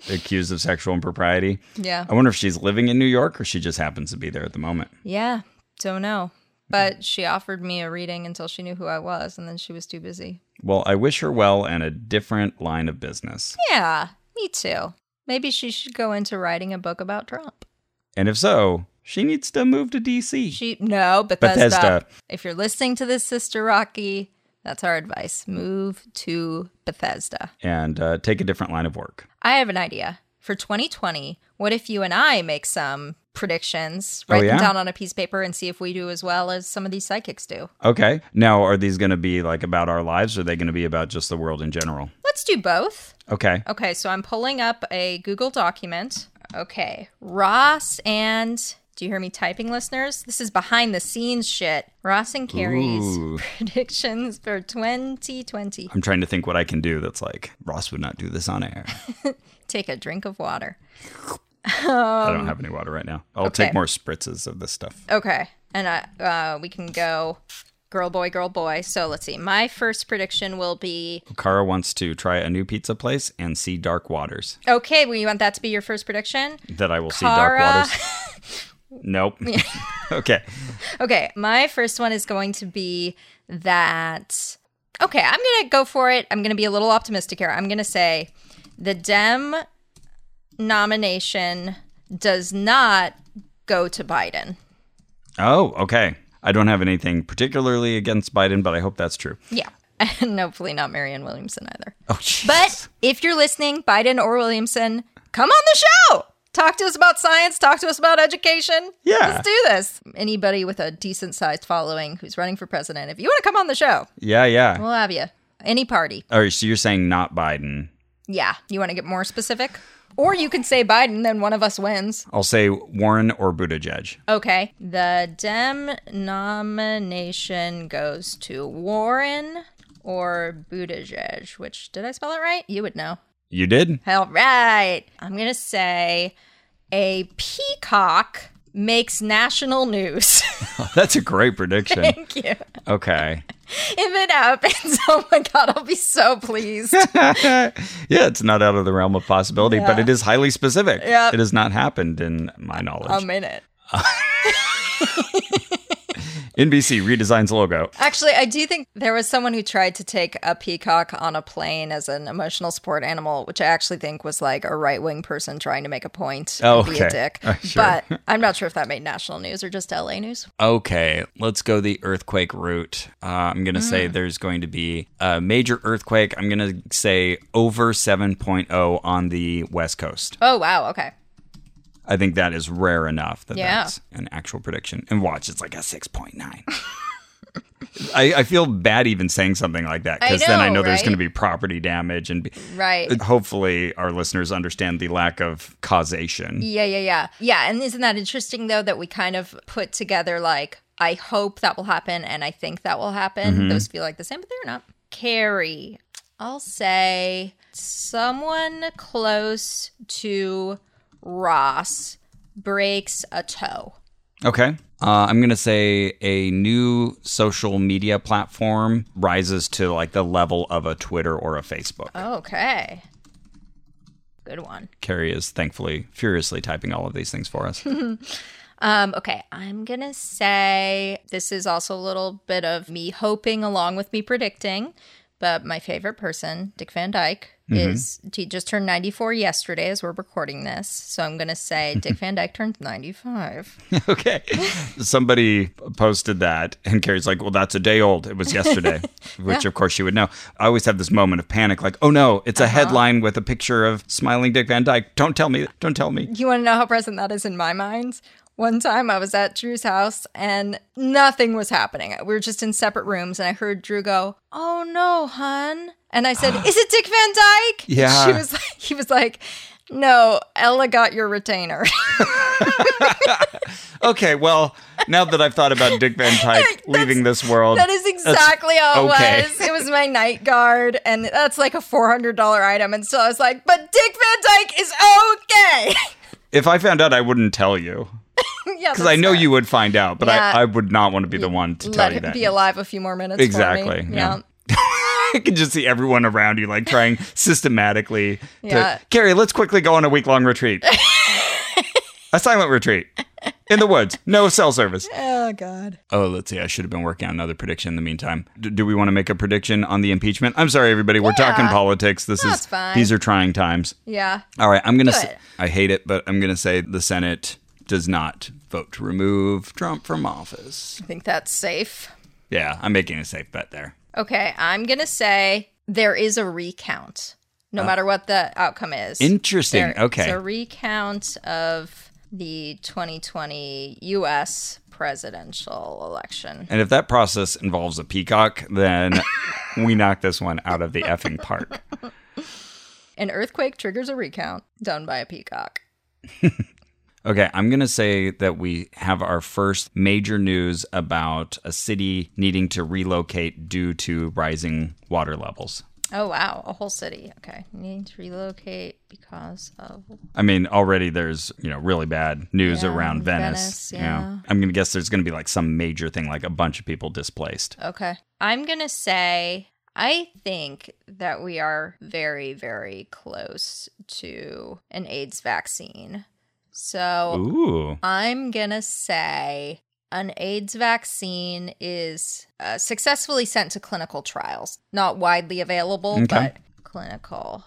Speaker 2: accused of sexual impropriety?
Speaker 1: Yeah,
Speaker 2: I wonder if she's living in New York or she just happens to be there at the moment.
Speaker 1: yeah. Don't know. But she offered me a reading until she knew who I was, and then she was too busy.
Speaker 2: Well, I wish her well and a different line of business.
Speaker 1: Yeah, me too. Maybe she should go into writing a book about Trump.
Speaker 2: And if so, she needs to move to DC.
Speaker 1: She no Bethesda.
Speaker 2: Bethesda.
Speaker 1: If you're listening to this, Sister Rocky, that's our advice. Move to Bethesda.
Speaker 2: and uh, take a different line of work.
Speaker 1: I have an idea for 2020. What if you and I make some predictions, write
Speaker 2: yeah?
Speaker 1: them down on a piece of paper, and see if we do as well as some of these psychics do?
Speaker 2: Okay. Now, are these going to be like about our lives? Or are they going to be about just the world in general?
Speaker 1: Let's do both.
Speaker 2: Okay.
Speaker 1: Okay, so I'm pulling up a Google document. Okay, Ross and do you hear me typing, listeners? This is behind the scenes shit. Ross and Carrie's
Speaker 2: Ooh.
Speaker 1: predictions for 2020.
Speaker 2: I'm trying to think what I can do that's like, Ross would not do this on air.
Speaker 1: Take a drink of water.
Speaker 2: I don't have any water right now. I'll
Speaker 1: Um, okay.
Speaker 2: take more spritzes of this stuff.
Speaker 1: Okay, and I, uh, we can go girl, boy, girl, boy. So let's see. My first prediction will be
Speaker 2: Kara wants to try a new pizza place and see dark waters.
Speaker 1: okay. Well, you want that to be your first prediction?
Speaker 2: That I will
Speaker 1: Kara.
Speaker 2: see dark waters. Nope. okay.
Speaker 1: Okay, my first one is going to be that. Okay, I'm going to go for it. I'm going to be a little optimistic here. I'm going to say the Dem nomination does not go to Biden.
Speaker 2: Oh, okay. I don't have anything particularly against Biden, but I hope that's true.
Speaker 1: Yeah. And hopefully not Marianne Williamson either.
Speaker 2: Oh, jeez.
Speaker 1: But if you're listening, Biden or Williamson, come on the show. Talk to us about science. Talk to us about education.
Speaker 2: Yeah.
Speaker 1: Let's do this. Anybody with a decent sized following who's running for president, if you want to come on the show,
Speaker 2: yeah, yeah.
Speaker 1: we'll have you. Any party.
Speaker 2: All right. So you're saying not Biden.
Speaker 1: Yeah. You want to get more specific? Or you can say Biden, then one of us wins.
Speaker 2: I'll say Warren or Buttigieg.
Speaker 1: Okay. The Dem nomination goes to Warren or Buttigieg, which did I spell it right? You would know.
Speaker 2: You did?
Speaker 1: All right. I'm going to say a peacock makes national news.
Speaker 2: That's a great prediction.
Speaker 1: Thank you.
Speaker 2: Okay.
Speaker 1: If it happens, oh my God, I'll be so pleased.
Speaker 2: yeah, it's not out of the realm of possibility, but it is highly specific.
Speaker 1: Yep. Um,
Speaker 2: It has not happened in my knowledge.
Speaker 1: I'm in it.
Speaker 2: NBC redesigns logo.
Speaker 1: Actually, I do think there was someone who tried to take a peacock on a plane as an emotional support animal, which I actually think was like a right wing person trying to make a point
Speaker 2: Oh,
Speaker 1: and be a
Speaker 2: okay.
Speaker 1: dick.
Speaker 2: Uh, sure.
Speaker 1: But I'm not sure if that made national news or just LA news.
Speaker 2: Okay, let's go the earthquake route. Uh, I'm going to say
Speaker 1: Mm.
Speaker 2: there's going to be a major earthquake. I'm going to say over 7.0 on the West Coast.
Speaker 1: Oh, wow. Okay.
Speaker 2: I think that is rare enough that
Speaker 1: Yeah.
Speaker 2: that's an actual prediction. And watch, it's like a 6.9. I, I feel bad even saying something like that because then I
Speaker 1: know,
Speaker 2: know there's
Speaker 1: right?
Speaker 2: going to be property damage and be- Uh,
Speaker 1: Right.
Speaker 2: hopefully our listeners understand the lack of causation.
Speaker 1: Yeah, yeah, yeah. Yeah. And isn't that interesting, though, that we kind of put together like, I hope that will happen and I think that will happen. Those feel like the same, but they're not. Carrie, I'll say someone close to Ross breaks a toe.
Speaker 2: Okay. Uh, I'm going to say a new social media platform rises to like the level of a Twitter or a Facebook.
Speaker 1: Okay. Good one.
Speaker 2: Carrie is thankfully furiously typing all of these things for us.
Speaker 1: Um, okay, I'm going to say this is also a little bit of me hoping along with me predicting, but my favorite person, Dick Van Dyke, is he just turned 94 yesterday as we're recording this. So I'm going to say Dick Van Dyke turns 95.
Speaker 2: okay. Somebody posted that, and Carrie's like, Well, that's a day old. It was yesterday, which of course she would know. I always have this moment of panic like, Oh no, it's a
Speaker 1: Uh-huh.
Speaker 2: headline with a picture of smiling Dick Van Dyke. Don't tell me. Don't tell me.
Speaker 1: You want to know how present that is in my mind? One time I was at Drew's house and nothing was happening. We were just in separate rooms and I heard Drew go, "Oh no, hun." And I said, "Is it Dick Van Dyke?" And
Speaker 2: Yeah.
Speaker 1: She was like he was like, "No, Ella got your retainer."
Speaker 2: Okay. Well, now that I've thought about Dick Van Dyke leaving this world,
Speaker 1: that is exactly how it
Speaker 2: okay.
Speaker 1: was. It was my night guard and that's like a $400 item and so I was like, "But Dick Van Dyke is okay."
Speaker 2: if I found out, I wouldn't tell you.
Speaker 1: yeah.
Speaker 2: Because I know you would find out, but
Speaker 1: Yeah.
Speaker 2: I, I would not want to be the one to tell
Speaker 1: let
Speaker 2: you
Speaker 1: him
Speaker 2: that.
Speaker 1: be alive a few more minutes. for me.
Speaker 2: Exactly, yeah. I can just see everyone around you like trying systematically
Speaker 1: Yeah.
Speaker 2: to Carrie, let's quickly go on a week long retreat. a silent retreat. In the woods. No cell service.
Speaker 1: Oh god.
Speaker 2: Oh, let's see. I should have been working on another prediction in the meantime. D- do we want to make a prediction on the impeachment? I'm sorry, everybody. We're talking politics. This
Speaker 1: No,
Speaker 2: is
Speaker 1: it's fine.
Speaker 2: these are trying times.
Speaker 1: Yeah.
Speaker 2: All right, I'm gonna.
Speaker 1: Do
Speaker 2: Say,
Speaker 1: it.
Speaker 2: I hate it, but I'm gonna say the Senate does not vote to remove Trump from office.
Speaker 1: I think that's safe.
Speaker 2: Yeah, I'm making a safe bet there.
Speaker 1: Okay, I'm going to say there is a recount, no matter what the outcome is.
Speaker 2: Uh, Interesting.
Speaker 1: There is
Speaker 2: okay.
Speaker 1: a recount of the 2020 U.S. presidential election.
Speaker 2: and if that process involves a peacock, then we knock this one out of the effing park.
Speaker 1: An earthquake triggers a recount done by a peacock.
Speaker 2: Okay, I'm going to say that we have our first major news about a city needing to relocate due to rising water levels.
Speaker 1: Oh, wow. A whole city. Okay. Needing to relocate because of.
Speaker 2: I mean, already there's, you know, really bad news
Speaker 1: Yeah,
Speaker 2: around
Speaker 1: Venice,
Speaker 2: Venice.
Speaker 1: yeah.
Speaker 2: I'm going to guess there's going to be like some major thing, like a bunch of people displaced.
Speaker 1: Okay. I'm going to say I think that we are very, very close to an AIDS vaccine. So
Speaker 2: Ooh.
Speaker 1: I'm going to say an AIDS vaccine is uh, successfully sent to clinical trials. Not widely available,
Speaker 2: Okay.
Speaker 1: but clinical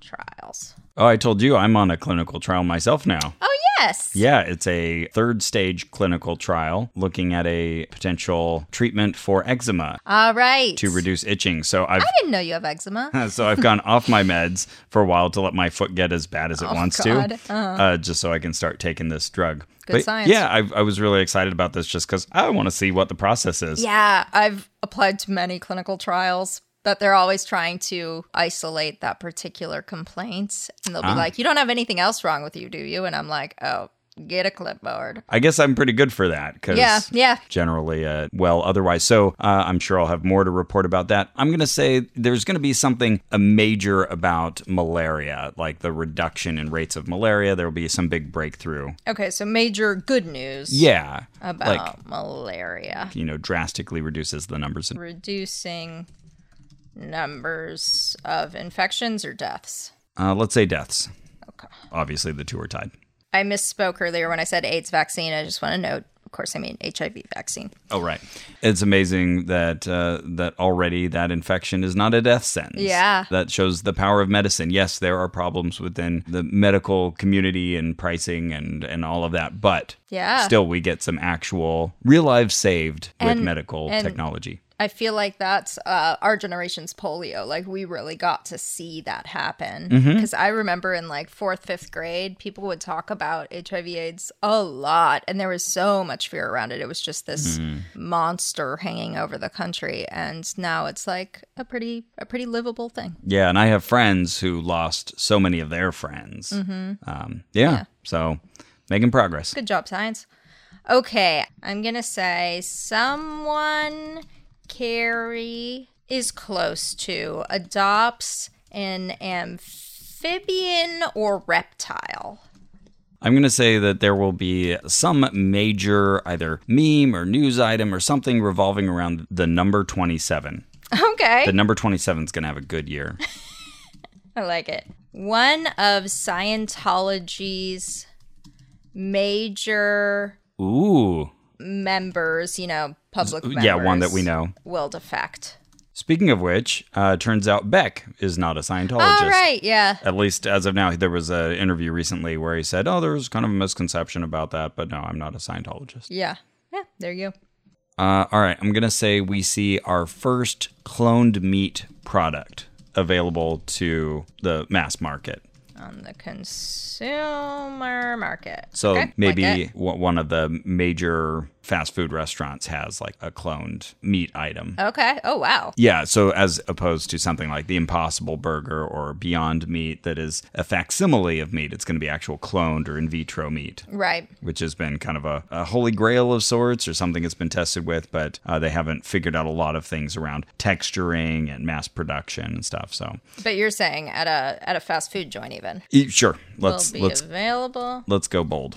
Speaker 1: trials.
Speaker 2: Oh, I told you I'm on a clinical trial myself now.
Speaker 1: Oh, yes.
Speaker 2: Yeah, it's a third stage clinical trial looking at a potential treatment for eczema
Speaker 1: All right.
Speaker 2: to reduce itching. So I've
Speaker 1: I didn't know you have eczema.
Speaker 2: so I've gone off my meds for a while to let my foot get as bad as it wants
Speaker 1: Oh, God. Uh-huh.
Speaker 2: to, uh, just so I can start taking this drug.
Speaker 1: Good science.
Speaker 2: Yeah, I, I was really excited about this just because I want to see what the process is.
Speaker 1: Yeah, I've applied to many clinical trials, but they're always trying to isolate that particular complaint. And
Speaker 2: Ah.
Speaker 1: they'll be like, you don't have anything else wrong with you, do you? And I'm like, oh, get a clipboard.
Speaker 2: I guess I'm pretty good for that because
Speaker 1: Yeah, yeah.
Speaker 2: generally uh, well otherwise. So uh, I'm sure I'll have more to report about that. I'm going to say there's going to be something a major about malaria, like the reduction in rates of malaria. There will be some big breakthrough.
Speaker 1: Okay, so major good news
Speaker 2: Yeah,
Speaker 1: about
Speaker 2: like
Speaker 1: malaria
Speaker 2: you know, drastically reduces the numbers. Of-
Speaker 1: reducing numbers of infections or deaths.
Speaker 2: uh, let's say deaths.
Speaker 1: Okay.
Speaker 2: Obviously, the two are tied.
Speaker 1: I misspoke earlier when I said AIDS vaccine. I just want to note, of course, I mean HIV vaccine.
Speaker 2: Oh right, it's amazing that uh, that already that infection is not a death sentence.
Speaker 1: Yeah.
Speaker 2: that shows the power of medicine. Yes, there are problems within the medical community and pricing and and all of that, but
Speaker 1: Yeah.
Speaker 2: still we get some actual real lives saved with
Speaker 1: And-
Speaker 2: medical
Speaker 1: and-
Speaker 2: technology.
Speaker 1: I feel like that's uh, our generation's polio. Like we really got to see that happen because I remember in like fourth, fifth grade, people would talk about HIV/AIDS a lot, and there was so much fear around it. It was just this monster hanging over the country, and now it's like a pretty, a pretty livable thing.
Speaker 2: Yeah, and I have friends who lost so many of their friends.
Speaker 1: Mm-hmm.
Speaker 2: Um, yeah, so making progress.
Speaker 1: Good job, science. Okay, I'm gonna say someone Carrie is close to adopts an amphibian or reptile.
Speaker 2: I'm going to say that there will be some major either meme or news item or something revolving around the number 27.
Speaker 1: Okay.
Speaker 2: The number 27 is going to have a good year.
Speaker 1: I like it. One of Scientology's major
Speaker 2: Ooh.
Speaker 1: members, you know, public members,
Speaker 2: Yeah, one that we know.
Speaker 1: will defect.
Speaker 2: Speaking of which, uh, turns out Beck is not a Scientologist.
Speaker 1: All right, yeah.
Speaker 2: At least as of now, there was an interview recently where he said, "Oh, there was kind of a misconception about that, but no, I'm not a Scientologist."
Speaker 1: Yeah. Yeah, there you go.
Speaker 2: Uh, all right, I'm gonna say we see our first cloned meat product available to the mass market.
Speaker 1: On the consumer market.
Speaker 2: So
Speaker 1: Okay,
Speaker 2: maybe
Speaker 1: like it.
Speaker 2: o- one of the major fast food restaurants has like a cloned meat item.
Speaker 1: Okay. Oh, wow.
Speaker 2: Yeah, so as opposed to something like the Impossible Burger or Beyond Meat that is a facsimile of meat, it's going to be actual cloned or in vitro meat,
Speaker 1: Right.
Speaker 2: which has been kind of a, a holy grail of sorts or something it's been tested with, but uh, they haven't figured out a lot of things around texturing and mass production and stuff. So,
Speaker 1: But you're saying at a at a fast food joint even
Speaker 2: e- sure,
Speaker 1: will
Speaker 2: let's
Speaker 1: be
Speaker 2: let's
Speaker 1: available
Speaker 2: let's go bold.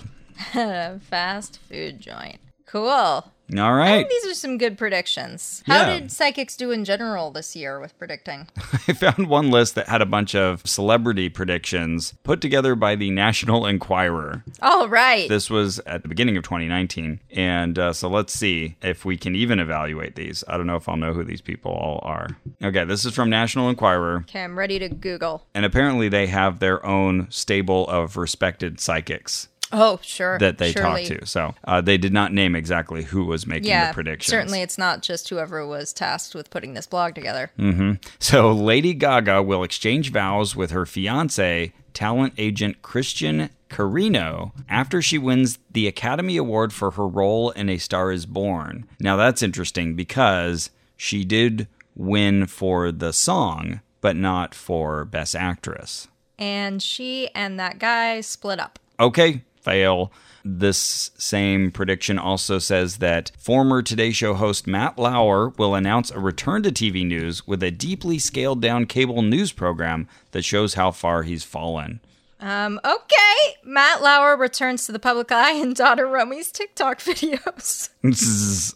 Speaker 1: at a fast food joint. Cool.
Speaker 2: All right,
Speaker 1: These are some good predictions. How
Speaker 2: Yeah.
Speaker 1: did psychics do in general this year with predicting?
Speaker 2: I found one list that had a bunch of celebrity predictions put together by the National Enquirer.
Speaker 1: All right.
Speaker 2: This was at the beginning of 2019. And uh, so let's see if we can even evaluate these. I don't know if I'll know who these people all are. Okay, this is from National Enquirer.
Speaker 1: okay, I'm ready to Google.
Speaker 2: And apparently they have their own stable of respected psychics
Speaker 1: Oh, sure.
Speaker 2: that they
Speaker 1: surely.
Speaker 2: talk to. So uh, they did not name exactly who was making
Speaker 1: Yeah,
Speaker 2: the predictions.
Speaker 1: certainly it's not just whoever was tasked with putting this blog together.
Speaker 2: Hmm. So Lady Gaga will exchange vows with her fiance, talent agent Christian Carino, after she wins the Academy Award for her role in A Star is Born. Now that's interesting because she did win for the song, but not for Best Actress.
Speaker 1: And she and that guy split up.
Speaker 2: Okay, fail. This same prediction also says that former Today Show host Matt Lauer will announce a return to TV news with a deeply scaled down cable news program that shows how far he's fallen.
Speaker 1: Um, okay, Matt Lauer returns to the public eye in daughter Romy's TikTok videos.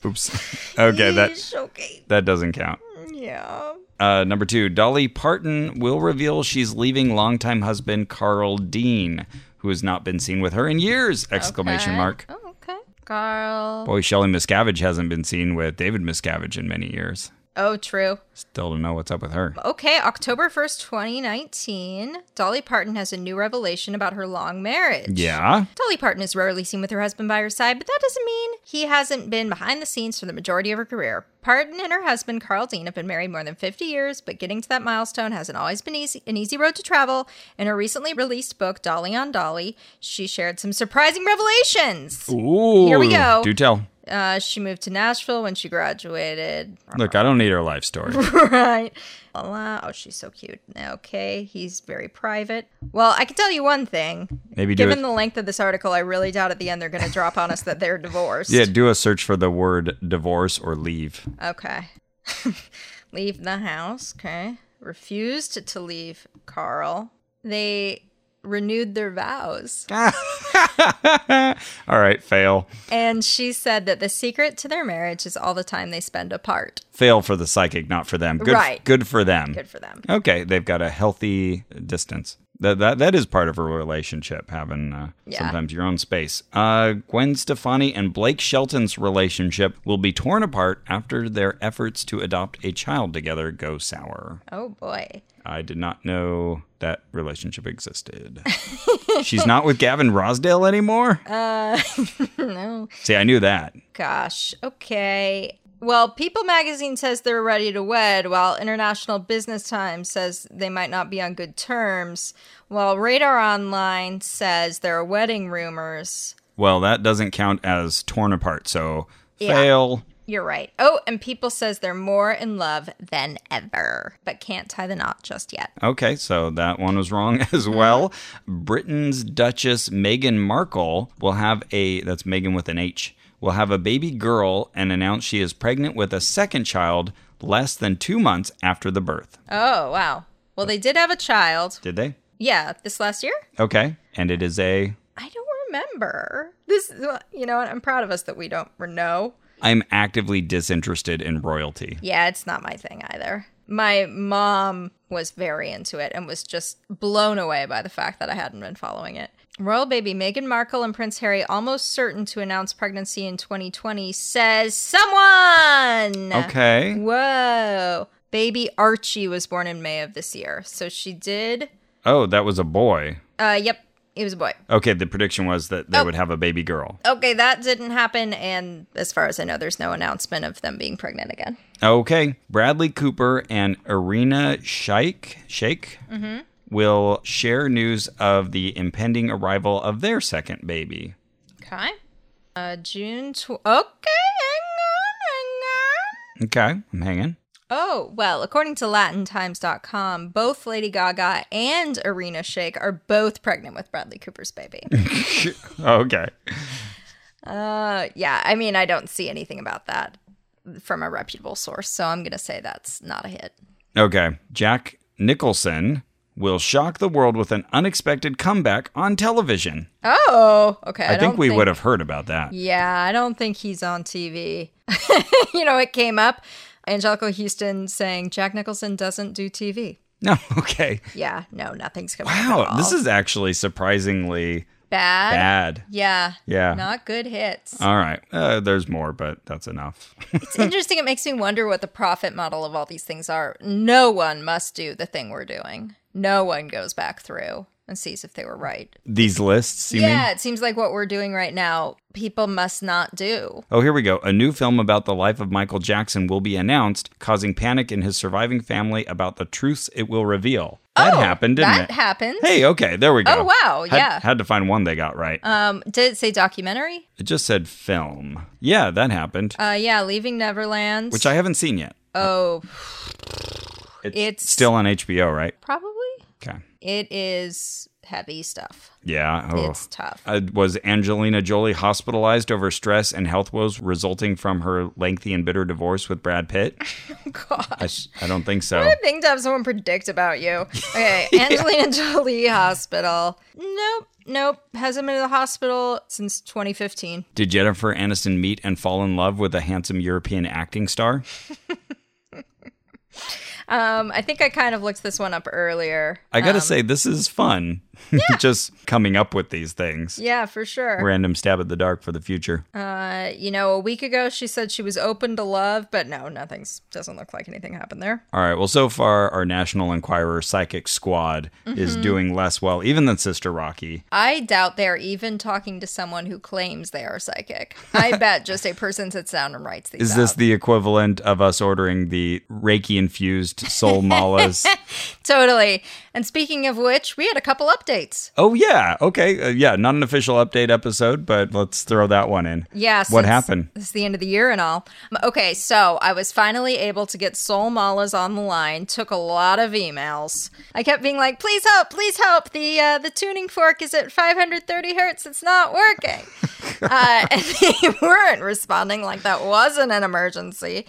Speaker 2: Oops. Okay, that
Speaker 1: Yeesh, okay.
Speaker 2: that doesn't count.
Speaker 1: Yeah.
Speaker 2: Uh, number two, Dolly Parton will reveal she's leaving longtime husband Carl Dean, who has not been seen with her in years! Exclamation
Speaker 1: Okay.
Speaker 2: mark.
Speaker 1: Oh, okay. Carl.
Speaker 2: Boy, Shelley Miscavige hasn't been seen with David Miscavige in many years.
Speaker 1: Oh, true.
Speaker 2: Still don't know what's up with her.
Speaker 1: Okay, October 1st, 2019, Dolly Parton has a new revelation about her long marriage.
Speaker 2: Yeah.
Speaker 1: Dolly Parton is rarely seen with her husband by her side, but that doesn't mean he hasn't been behind the scenes for the majority of her career. Parton and her husband, Carl Dean, have been married more than 50 years, but getting to that milestone hasn't always been easy, an easy road to travel. In her recently released book, Dolly on Dolly, she shared some surprising revelations.
Speaker 2: Ooh.
Speaker 1: Here we go.
Speaker 2: Do tell.
Speaker 1: Uh, she moved to Nashville when she graduated.
Speaker 2: Look, I don't need her life story.
Speaker 1: right. Voila. Oh, she's so cute. Okay, he's very private. Well, I can tell you one thing.
Speaker 2: Maybe do
Speaker 1: Given
Speaker 2: it.
Speaker 1: the length of this article, I really doubt at the end they're going to drop on us that they're divorced.
Speaker 2: yeah, do a search for the word divorce or leave.
Speaker 1: Okay. leave the house. Okay. Refused to leave Carl. They renewed their vows.
Speaker 2: All right, fail.
Speaker 1: And she said that the secret to their marriage is all the time they spend apart.
Speaker 2: Fail for the psychic, not for them. Good,
Speaker 1: Right.
Speaker 2: Good for them.
Speaker 1: Good for them.
Speaker 2: Okay, they've got a healthy distance. That that that is part of a relationship, having uh,
Speaker 1: Yeah.
Speaker 2: sometimes your own space. Uh, Gwen Stefani and Blake Shelton's relationship will be torn apart after their efforts to adopt a child together go sour.
Speaker 1: Oh, boy.
Speaker 2: I did not know that relationship existed. She's not with Gavin Rosdale anymore?
Speaker 1: No.
Speaker 2: See, I knew that.
Speaker 1: Gosh. Okay. Well, People magazine says they're ready to wed, while International Business Times says they might not be on good terms, while Radar Online says there are wedding rumors.
Speaker 2: Well, that doesn't count as torn apart, so
Speaker 1: Yeah.
Speaker 2: fail.
Speaker 1: You're right. Oh, and People says they're more in love than ever, but can't tie the knot just yet.
Speaker 2: Okay, so that one was wrong as well. Britain's Duchess Meghan Markle will have a that's Meghan with an H will have a baby girl and announce she is pregnant with a second child less than 2 months after the birth.
Speaker 1: Oh, wow. Well, they did have a child.
Speaker 2: Did they?
Speaker 1: Yeah, this last year?
Speaker 2: Okay. And it is a
Speaker 1: I don't remember. This, you know, I'm proud of us that we don't know.
Speaker 2: I'm actively disinterested in royalty.
Speaker 1: Yeah, it's not my thing either. My mom was very into it and was just blown away by the fact that I hadn't been following it. Royal baby Meghan Markle and Prince Harry, almost certain to announce pregnancy in 2020, says someone.
Speaker 2: Okay.
Speaker 1: Whoa. Baby Archie was born in May of this year. So she did.
Speaker 2: Oh, that was a boy.
Speaker 1: Uh, yep. It was a boy.
Speaker 2: Okay, the prediction was
Speaker 1: Oh.
Speaker 2: that they would have a baby girl.
Speaker 1: Okay, that didn't happen. And as far as I know, there's no announcement of them being pregnant again.
Speaker 2: Okay, Bradley Cooper and Irina Shayk Shayk
Speaker 1: Mm-hmm.
Speaker 2: will share news of the impending arrival of their second baby.
Speaker 1: Okay. Uh, June. Tw- okay, hang on, hang on.
Speaker 2: Okay, I'm hanging.
Speaker 1: Oh, well, according to LatinTimes.com, both Lady Gaga and Irina Shayk are both pregnant with Bradley Cooper's baby.
Speaker 2: Okay.
Speaker 1: uh, yeah, I mean, I don't see anything about that from a reputable source, so I'm going to say that's not a hit.
Speaker 2: Okay, Jack Nicholson will shock the world with an unexpected comeback on television.
Speaker 1: Oh, okay.
Speaker 2: I, think
Speaker 1: don't
Speaker 2: we would have heard about that.
Speaker 1: Yeah, I don't think he's on TV. you know, it came up Angelica Houston saying Jack Nicholson doesn't do TV.
Speaker 2: No, okay.
Speaker 1: Yeah, no, nothing's coming. up at
Speaker 2: Wow,
Speaker 1: all.
Speaker 2: this is actually surprisingly
Speaker 1: bad.
Speaker 2: bad.
Speaker 1: Yeah.
Speaker 2: Yeah.
Speaker 1: Not good hits.
Speaker 2: All right. Uh, there's more, but that's enough.
Speaker 1: it's interesting. It makes me wonder what the profit model of all these things are. No one must do the thing we're doing. No one goes back through and sees if they were right.
Speaker 2: These lists, you
Speaker 1: yeah,
Speaker 2: mean?
Speaker 1: it seems like what we're doing right now, people must not do.
Speaker 2: Oh, here we go. A new film about the life of Michael Jackson will be announced, causing panic in his surviving family about the truths it will reveal. That
Speaker 1: Oh,
Speaker 2: happened, didn't
Speaker 1: that
Speaker 2: it?
Speaker 1: happened.
Speaker 2: hey, okay, there we go.
Speaker 1: Oh, wow,
Speaker 2: Had-
Speaker 1: yeah.
Speaker 2: Had to find one they got right.
Speaker 1: Um, did it say documentary?
Speaker 2: it just said film. Yeah, that happened,
Speaker 1: Uh, yeah, Leaving Neverland.
Speaker 2: which I haven't seen yet.
Speaker 1: oh, It's-
Speaker 2: still on HBO, right?
Speaker 1: probably
Speaker 2: Okay.
Speaker 1: it is heavy stuff.
Speaker 2: Yeah. Oh.
Speaker 1: It's tough.
Speaker 2: Uh, was Angelina Jolie hospitalized over stress and health woes resulting from her lengthy and bitter divorce with Brad Pitt? I,
Speaker 1: Gosh.
Speaker 2: I don't think so.
Speaker 1: Good thing to have someone predict about you. Okay, Angelina Jolie Hospital. Nope, nope. Hasn't been to the hospital since 2015.
Speaker 2: Did Jennifer Aniston meet and fall in love with a handsome European acting star?
Speaker 1: Um, I think I kind of looked this one up earlier.
Speaker 2: I gotta say, this is fun. Just coming up with these things.
Speaker 1: Yeah, for sure.
Speaker 2: Random stab at the dark for the future.
Speaker 1: Uh, you know, a week ago she said she was open to love, but no, nothing's doesn't look like anything happened there.
Speaker 2: All right. Well, so far, our National Enquirer Psychic Squad
Speaker 1: Mm-hmm.
Speaker 2: is doing less well, even than Sister Rocky.
Speaker 1: I doubt they're even talking to someone who claims they are psychic. I bet just a person sits down and writes these.
Speaker 2: Is this
Speaker 1: out.
Speaker 2: the equivalent of us ordering the Reiki infused soul malas?
Speaker 1: totally? And speaking of which, we had a couple updates.
Speaker 2: oh, yeah. Okay. Uh, yeah. Not an official update episode, but let's throw that one in.
Speaker 1: Yes.
Speaker 2: What happened?
Speaker 1: It's the end of the year and all. Um, Okay, so I was finally able to get Soul Malas on the line. Took a lot of emails. I kept being like, "Please help! Please help! The uh, the tuning fork is at 530 hertz. It's not working." uh, and they weren't responding like that wasn't an emergency.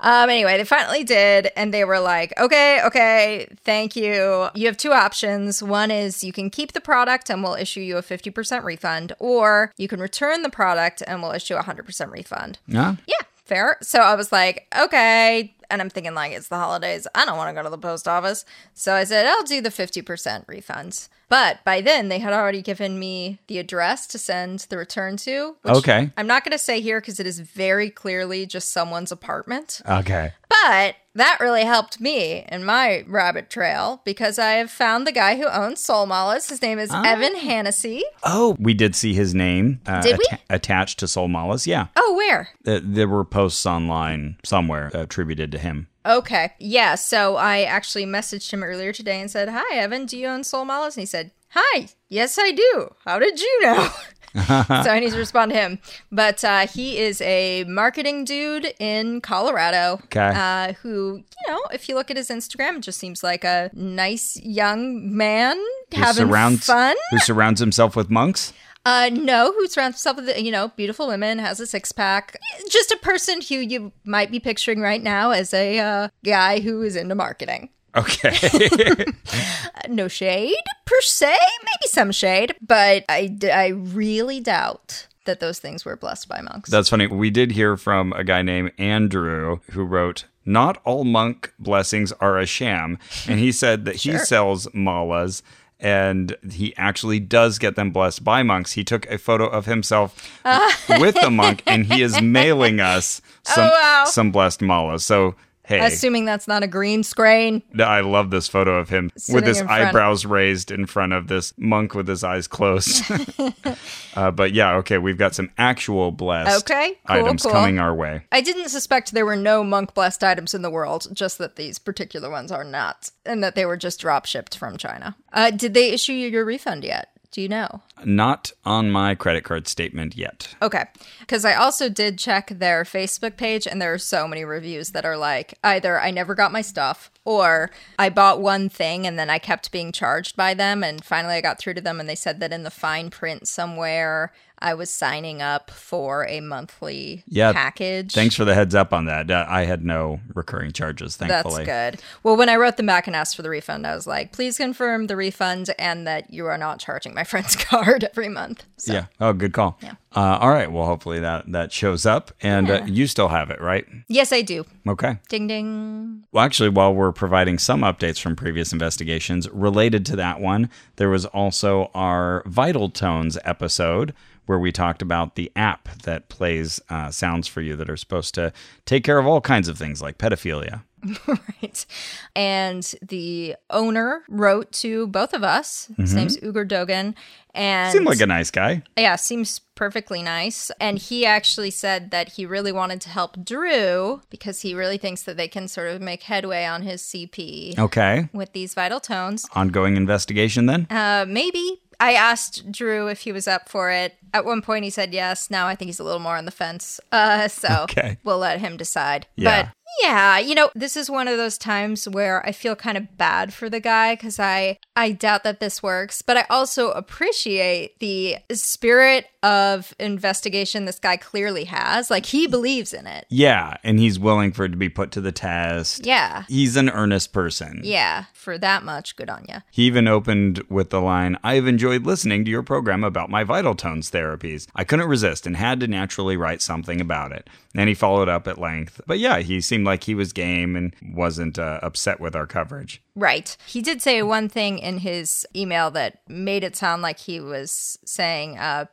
Speaker 1: Um, anyway, they finally did, and they were like, okay, okay, thank you. You have two options. One is you can keep the product and we'll issue you a 50% refund, or you can return the product and we'll issue a 100% refund.
Speaker 2: Huh?
Speaker 1: Yeah, fair. So I was like, okay. And I'm thinking, like, it's the holidays. I don't want to go to the post office. So I said, I'll do the 50% refunds. But by then, they had already given me the address to send the return to. Which
Speaker 2: Okay.
Speaker 1: I'm not going to say here because it is very clearly just someone's apartment.
Speaker 2: Okay.
Speaker 1: But that really helped me in my rabbit trail because I have found the guy who owns Soul Malas. His name is Evan Hannessy.
Speaker 2: Oh, we did see his name uh,
Speaker 1: Did we?
Speaker 2: attached to Soul Malas. Yeah.
Speaker 1: Oh, where?
Speaker 2: Th- there were posts online somewhere attributed to him.
Speaker 1: Okay. Yeah. So I actually messaged him earlier today and said, Hi, Evan, do you own Soul Malas? And he said, Hi, yes, I do. How did you know? so I need to respond to him. But uh, he is a marketing dude in Colorado.
Speaker 2: Okay.
Speaker 1: Uh, who, you know, if you look at his Instagram, just seems like a nice young man having fun.
Speaker 2: Who surrounds himself with monks?
Speaker 1: Uh, no, who surrounds himself with, you know, beautiful women, has a six pack. Just a person who you might be picturing right now as a uh, guy who is into marketing. Uh,
Speaker 2: Okay.
Speaker 1: no shade per se, maybe some shade, but I, d- I really doubt that those things were blessed by monks.
Speaker 2: That's funny. We did hear from a guy named Andrew who wrote, Not all monk blessings are a sham. And he said that he sells malas and he actually does get them blessed by monks. He took a photo of himself
Speaker 1: Uh.
Speaker 2: with the monk and he is mailing us
Speaker 1: Oh,
Speaker 2: some,
Speaker 1: wow.
Speaker 2: some blessed malas. So, hey.
Speaker 1: Assuming that's not a green screen.
Speaker 2: I love this photo of him with
Speaker 1: Sitting
Speaker 2: his
Speaker 1: in front.
Speaker 2: eyebrows raised in front of this monk with his eyes closed. uh, but yeah, okay, we've got some actual blessed
Speaker 1: Okay, cool,
Speaker 2: items
Speaker 1: cool.
Speaker 2: coming our way.
Speaker 1: I didn't suspect there were no monk blessed items in the world, just that these particular ones are not, and that they were just drop shipped from China. Uh, did they issue you your refund yet? Do you know?
Speaker 2: Not on my credit card statement yet.
Speaker 1: Okay. Because I also did check their Facebook page, and there are so many reviews that are like either I never got my stuff, or I bought one thing and then I kept being charged by them. And finally, I got through to them, and they said that in the fine print somewhere, I was signing up for a monthly
Speaker 2: Yeah,
Speaker 1: package.
Speaker 2: Thanks for the heads up on that. Uh, I had no recurring charges,
Speaker 1: That's
Speaker 2: thankfully.
Speaker 1: good. Well, when I wrote them back and asked for the refund, I was like, please confirm the refund and that you are not charging my friend's card every month. So,
Speaker 2: Yeah. Oh, good call. Uh, all right. Well, hopefully that that shows up, and uh, you still have it, right?
Speaker 1: Yes, I do.
Speaker 2: Okay.
Speaker 1: Ding ding.
Speaker 2: Well, actually, while we're providing some updates from previous investigations related to that one, there was also our Vital Tones episode where we talked about the app that plays uh, sounds for you that are supposed to take care of all kinds of things like pedophilia.
Speaker 1: right. And the owner wrote to both of us. His name's Ugur Dogan. And
Speaker 2: Mm-hmm. Seemed like a nice guy.
Speaker 1: yeah, seems perfectly nice. And he actually said that he really wanted to help Drew because he really thinks that they can sort of make headway on his CP
Speaker 2: Okay.
Speaker 1: with these vital tones.
Speaker 2: Ongoing investigation then?
Speaker 1: Uh, maybe. I asked Drew if he was up for it. At one point, he said yes. Now I think he's a little more on the fence. Uh, so
Speaker 2: Okay.
Speaker 1: we'll let him decide.
Speaker 2: Yeah.
Speaker 1: But yeah, you know, this is one of those times where I feel kind of bad for the guy because I I doubt that this works, but I also appreciate the spirit of investigation this guy clearly has. Like he believes in it.
Speaker 2: Yeah. And he's willing for it to be put to the test.
Speaker 1: Yeah.
Speaker 2: He's an earnest person.
Speaker 1: Yeah. For that much, good on you.
Speaker 2: He even opened with the line I've enjoyed listening to your program about my vital tones therapies. I couldn't resist and had to naturally write something about it. And he followed up at length. But yeah, he seemed like he was game and wasn't uh, upset with our coverage.
Speaker 1: Right. He did say one thing in his email that made it sound like he was saying uh,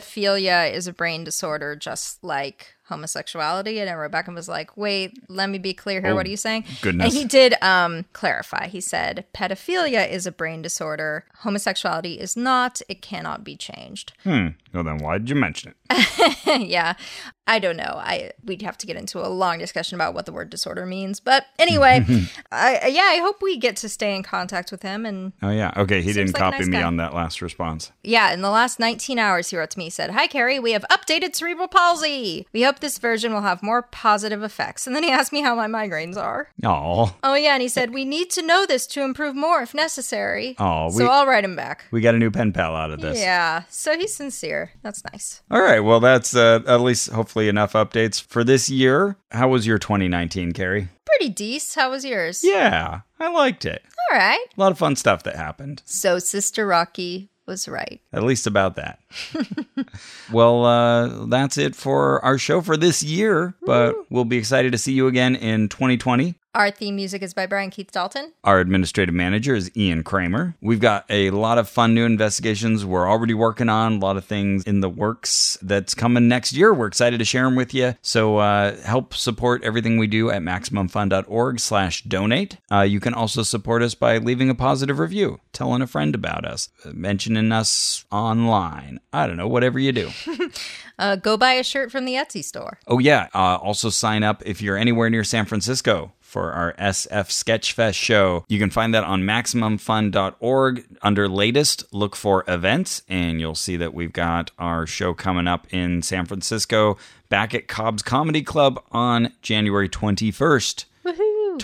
Speaker 1: pedophilia is a brain disorder just like homosexuality. And then Rebecca was like, wait, let me be clear here. what are you saying?
Speaker 2: goodness.
Speaker 1: And he did um, clarify. He said, pedophilia is a brain disorder. Homosexuality is not. It cannot be changed.
Speaker 2: Hmm. Well, then why did you mention it?
Speaker 1: yeah. I don't know. I we'd have to get into a long discussion about what the word disorder means, but anyway, I yeah, I hope we get to stay in contact with him and
Speaker 2: Oh, yeah. Okay. He didn't
Speaker 1: like a
Speaker 2: copy
Speaker 1: nice
Speaker 2: me
Speaker 1: guy.
Speaker 2: on that last response.
Speaker 1: Yeah, in the last 19 hours, he wrote to me, he said, Hi, Carrie, we have updated cerebral palsy. We hope this version will have more positive effects. And then he asked me how my migraines are.
Speaker 2: Oh,
Speaker 1: Oh, yeah, and he said, We need to know this to improve more if necessary.
Speaker 2: Aw, we-
Speaker 1: so I'll write him back.
Speaker 2: we got a new pen pal out of this.
Speaker 1: Yeah, so he's sincere. That's nice.
Speaker 2: All right. Well, that's uh, at least hopefully enough updates for this year. How was your 2019, Carrie?
Speaker 1: Pretty decent. How was yours?
Speaker 2: Yeah, I liked it.
Speaker 1: All right.
Speaker 2: A lot of fun stuff that happened.
Speaker 1: So Sister Rocky was right.
Speaker 2: At least about that. well, uh, that's it for our show for this year, but we'll be excited to see you again in 2020.
Speaker 1: Our theme music is by Brian Keith Dalton.
Speaker 2: Our administrative manager is Ian Kramer. We've got a lot of fun new investigations we're already working on, a lot of things in the works that's coming next year. We're excited to share them with you. So uh, help support everything we do at MaximumFun.org slash donate. Uh, you can also support us by leaving a positive review, telling a friend about us, mentioning us online. I don't know, whatever you do.
Speaker 1: Uh, go buy a shirt from the Etsy store.
Speaker 2: Oh, yeah. Uh, also, sign up if you're anywhere near San Francisco for our SF Sketchfest show. You can find that on MaximumFun.org. Under latest, look for events, and you'll see that we've got our show coming up in San Francisco back at Cobb's Comedy Club on January 21st.
Speaker 1: Woo.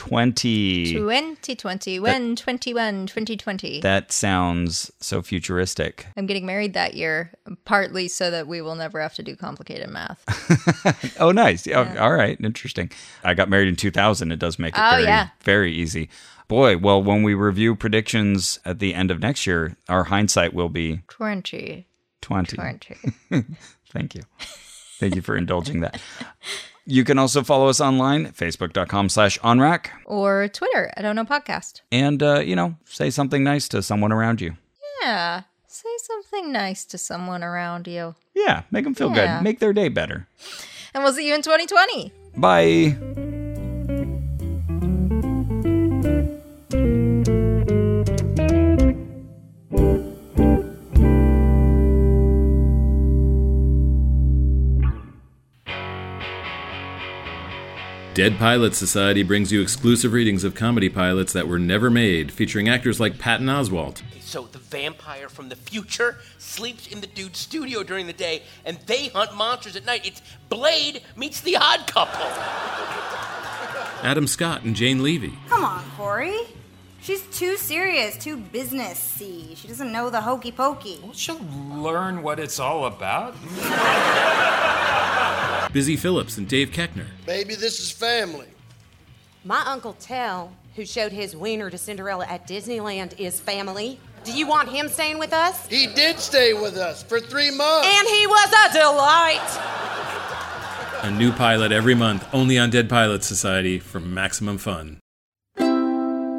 Speaker 2: 2020.
Speaker 1: 2021, 21, 2020.
Speaker 2: That sounds so futuristic.
Speaker 1: I'm getting married that year, partly so that we will never have to do complicated math.
Speaker 2: Oh, nice. Yeah. All right. Interesting. I got married in 2000. It does make it
Speaker 1: Oh,
Speaker 2: very,
Speaker 1: yeah.
Speaker 2: very easy. Boy, well, when we review predictions at the end of next year, our hindsight will be
Speaker 1: 20,
Speaker 2: 20.
Speaker 1: 20.
Speaker 2: Thank you. Thank you for indulging that. You can also follow us online, facebook.com slash onrack,
Speaker 1: or Twitter at Ono Podcast.
Speaker 2: and, uh, you know, say something nice to someone around you.
Speaker 1: Yeah. Say something nice to someone around you.
Speaker 2: Yeah, make them feel
Speaker 1: Yeah.
Speaker 2: good. Make their day better.
Speaker 1: And we'll see you in 2020.
Speaker 2: Bye.
Speaker 5: Dead Pilot Society brings you exclusive readings of comedy pilots that were never made, featuring actors like Patton Oswalt.
Speaker 6: So the vampire from the future sleeps in the dude's studio during the day, and they hunt monsters at night. It's Blade meets the Odd Couple.
Speaker 5: Adam Scott and Jane Levy.
Speaker 7: Come on, Corey. She's too serious, too businessy. She doesn't know the hokey pokey.
Speaker 8: She'll learn what it's all about.
Speaker 5: Busy Phillips and Dave Keckner.
Speaker 9: Baby, this is family.
Speaker 10: My Uncle Tell, who showed his wiener to Cinderella at Disneyland, is family. Do you want him staying with us?
Speaker 9: He did stay with us for three months.
Speaker 10: And he was a delight!
Speaker 5: A new pilot every month, only on Dead Pilot Society for maximum fun.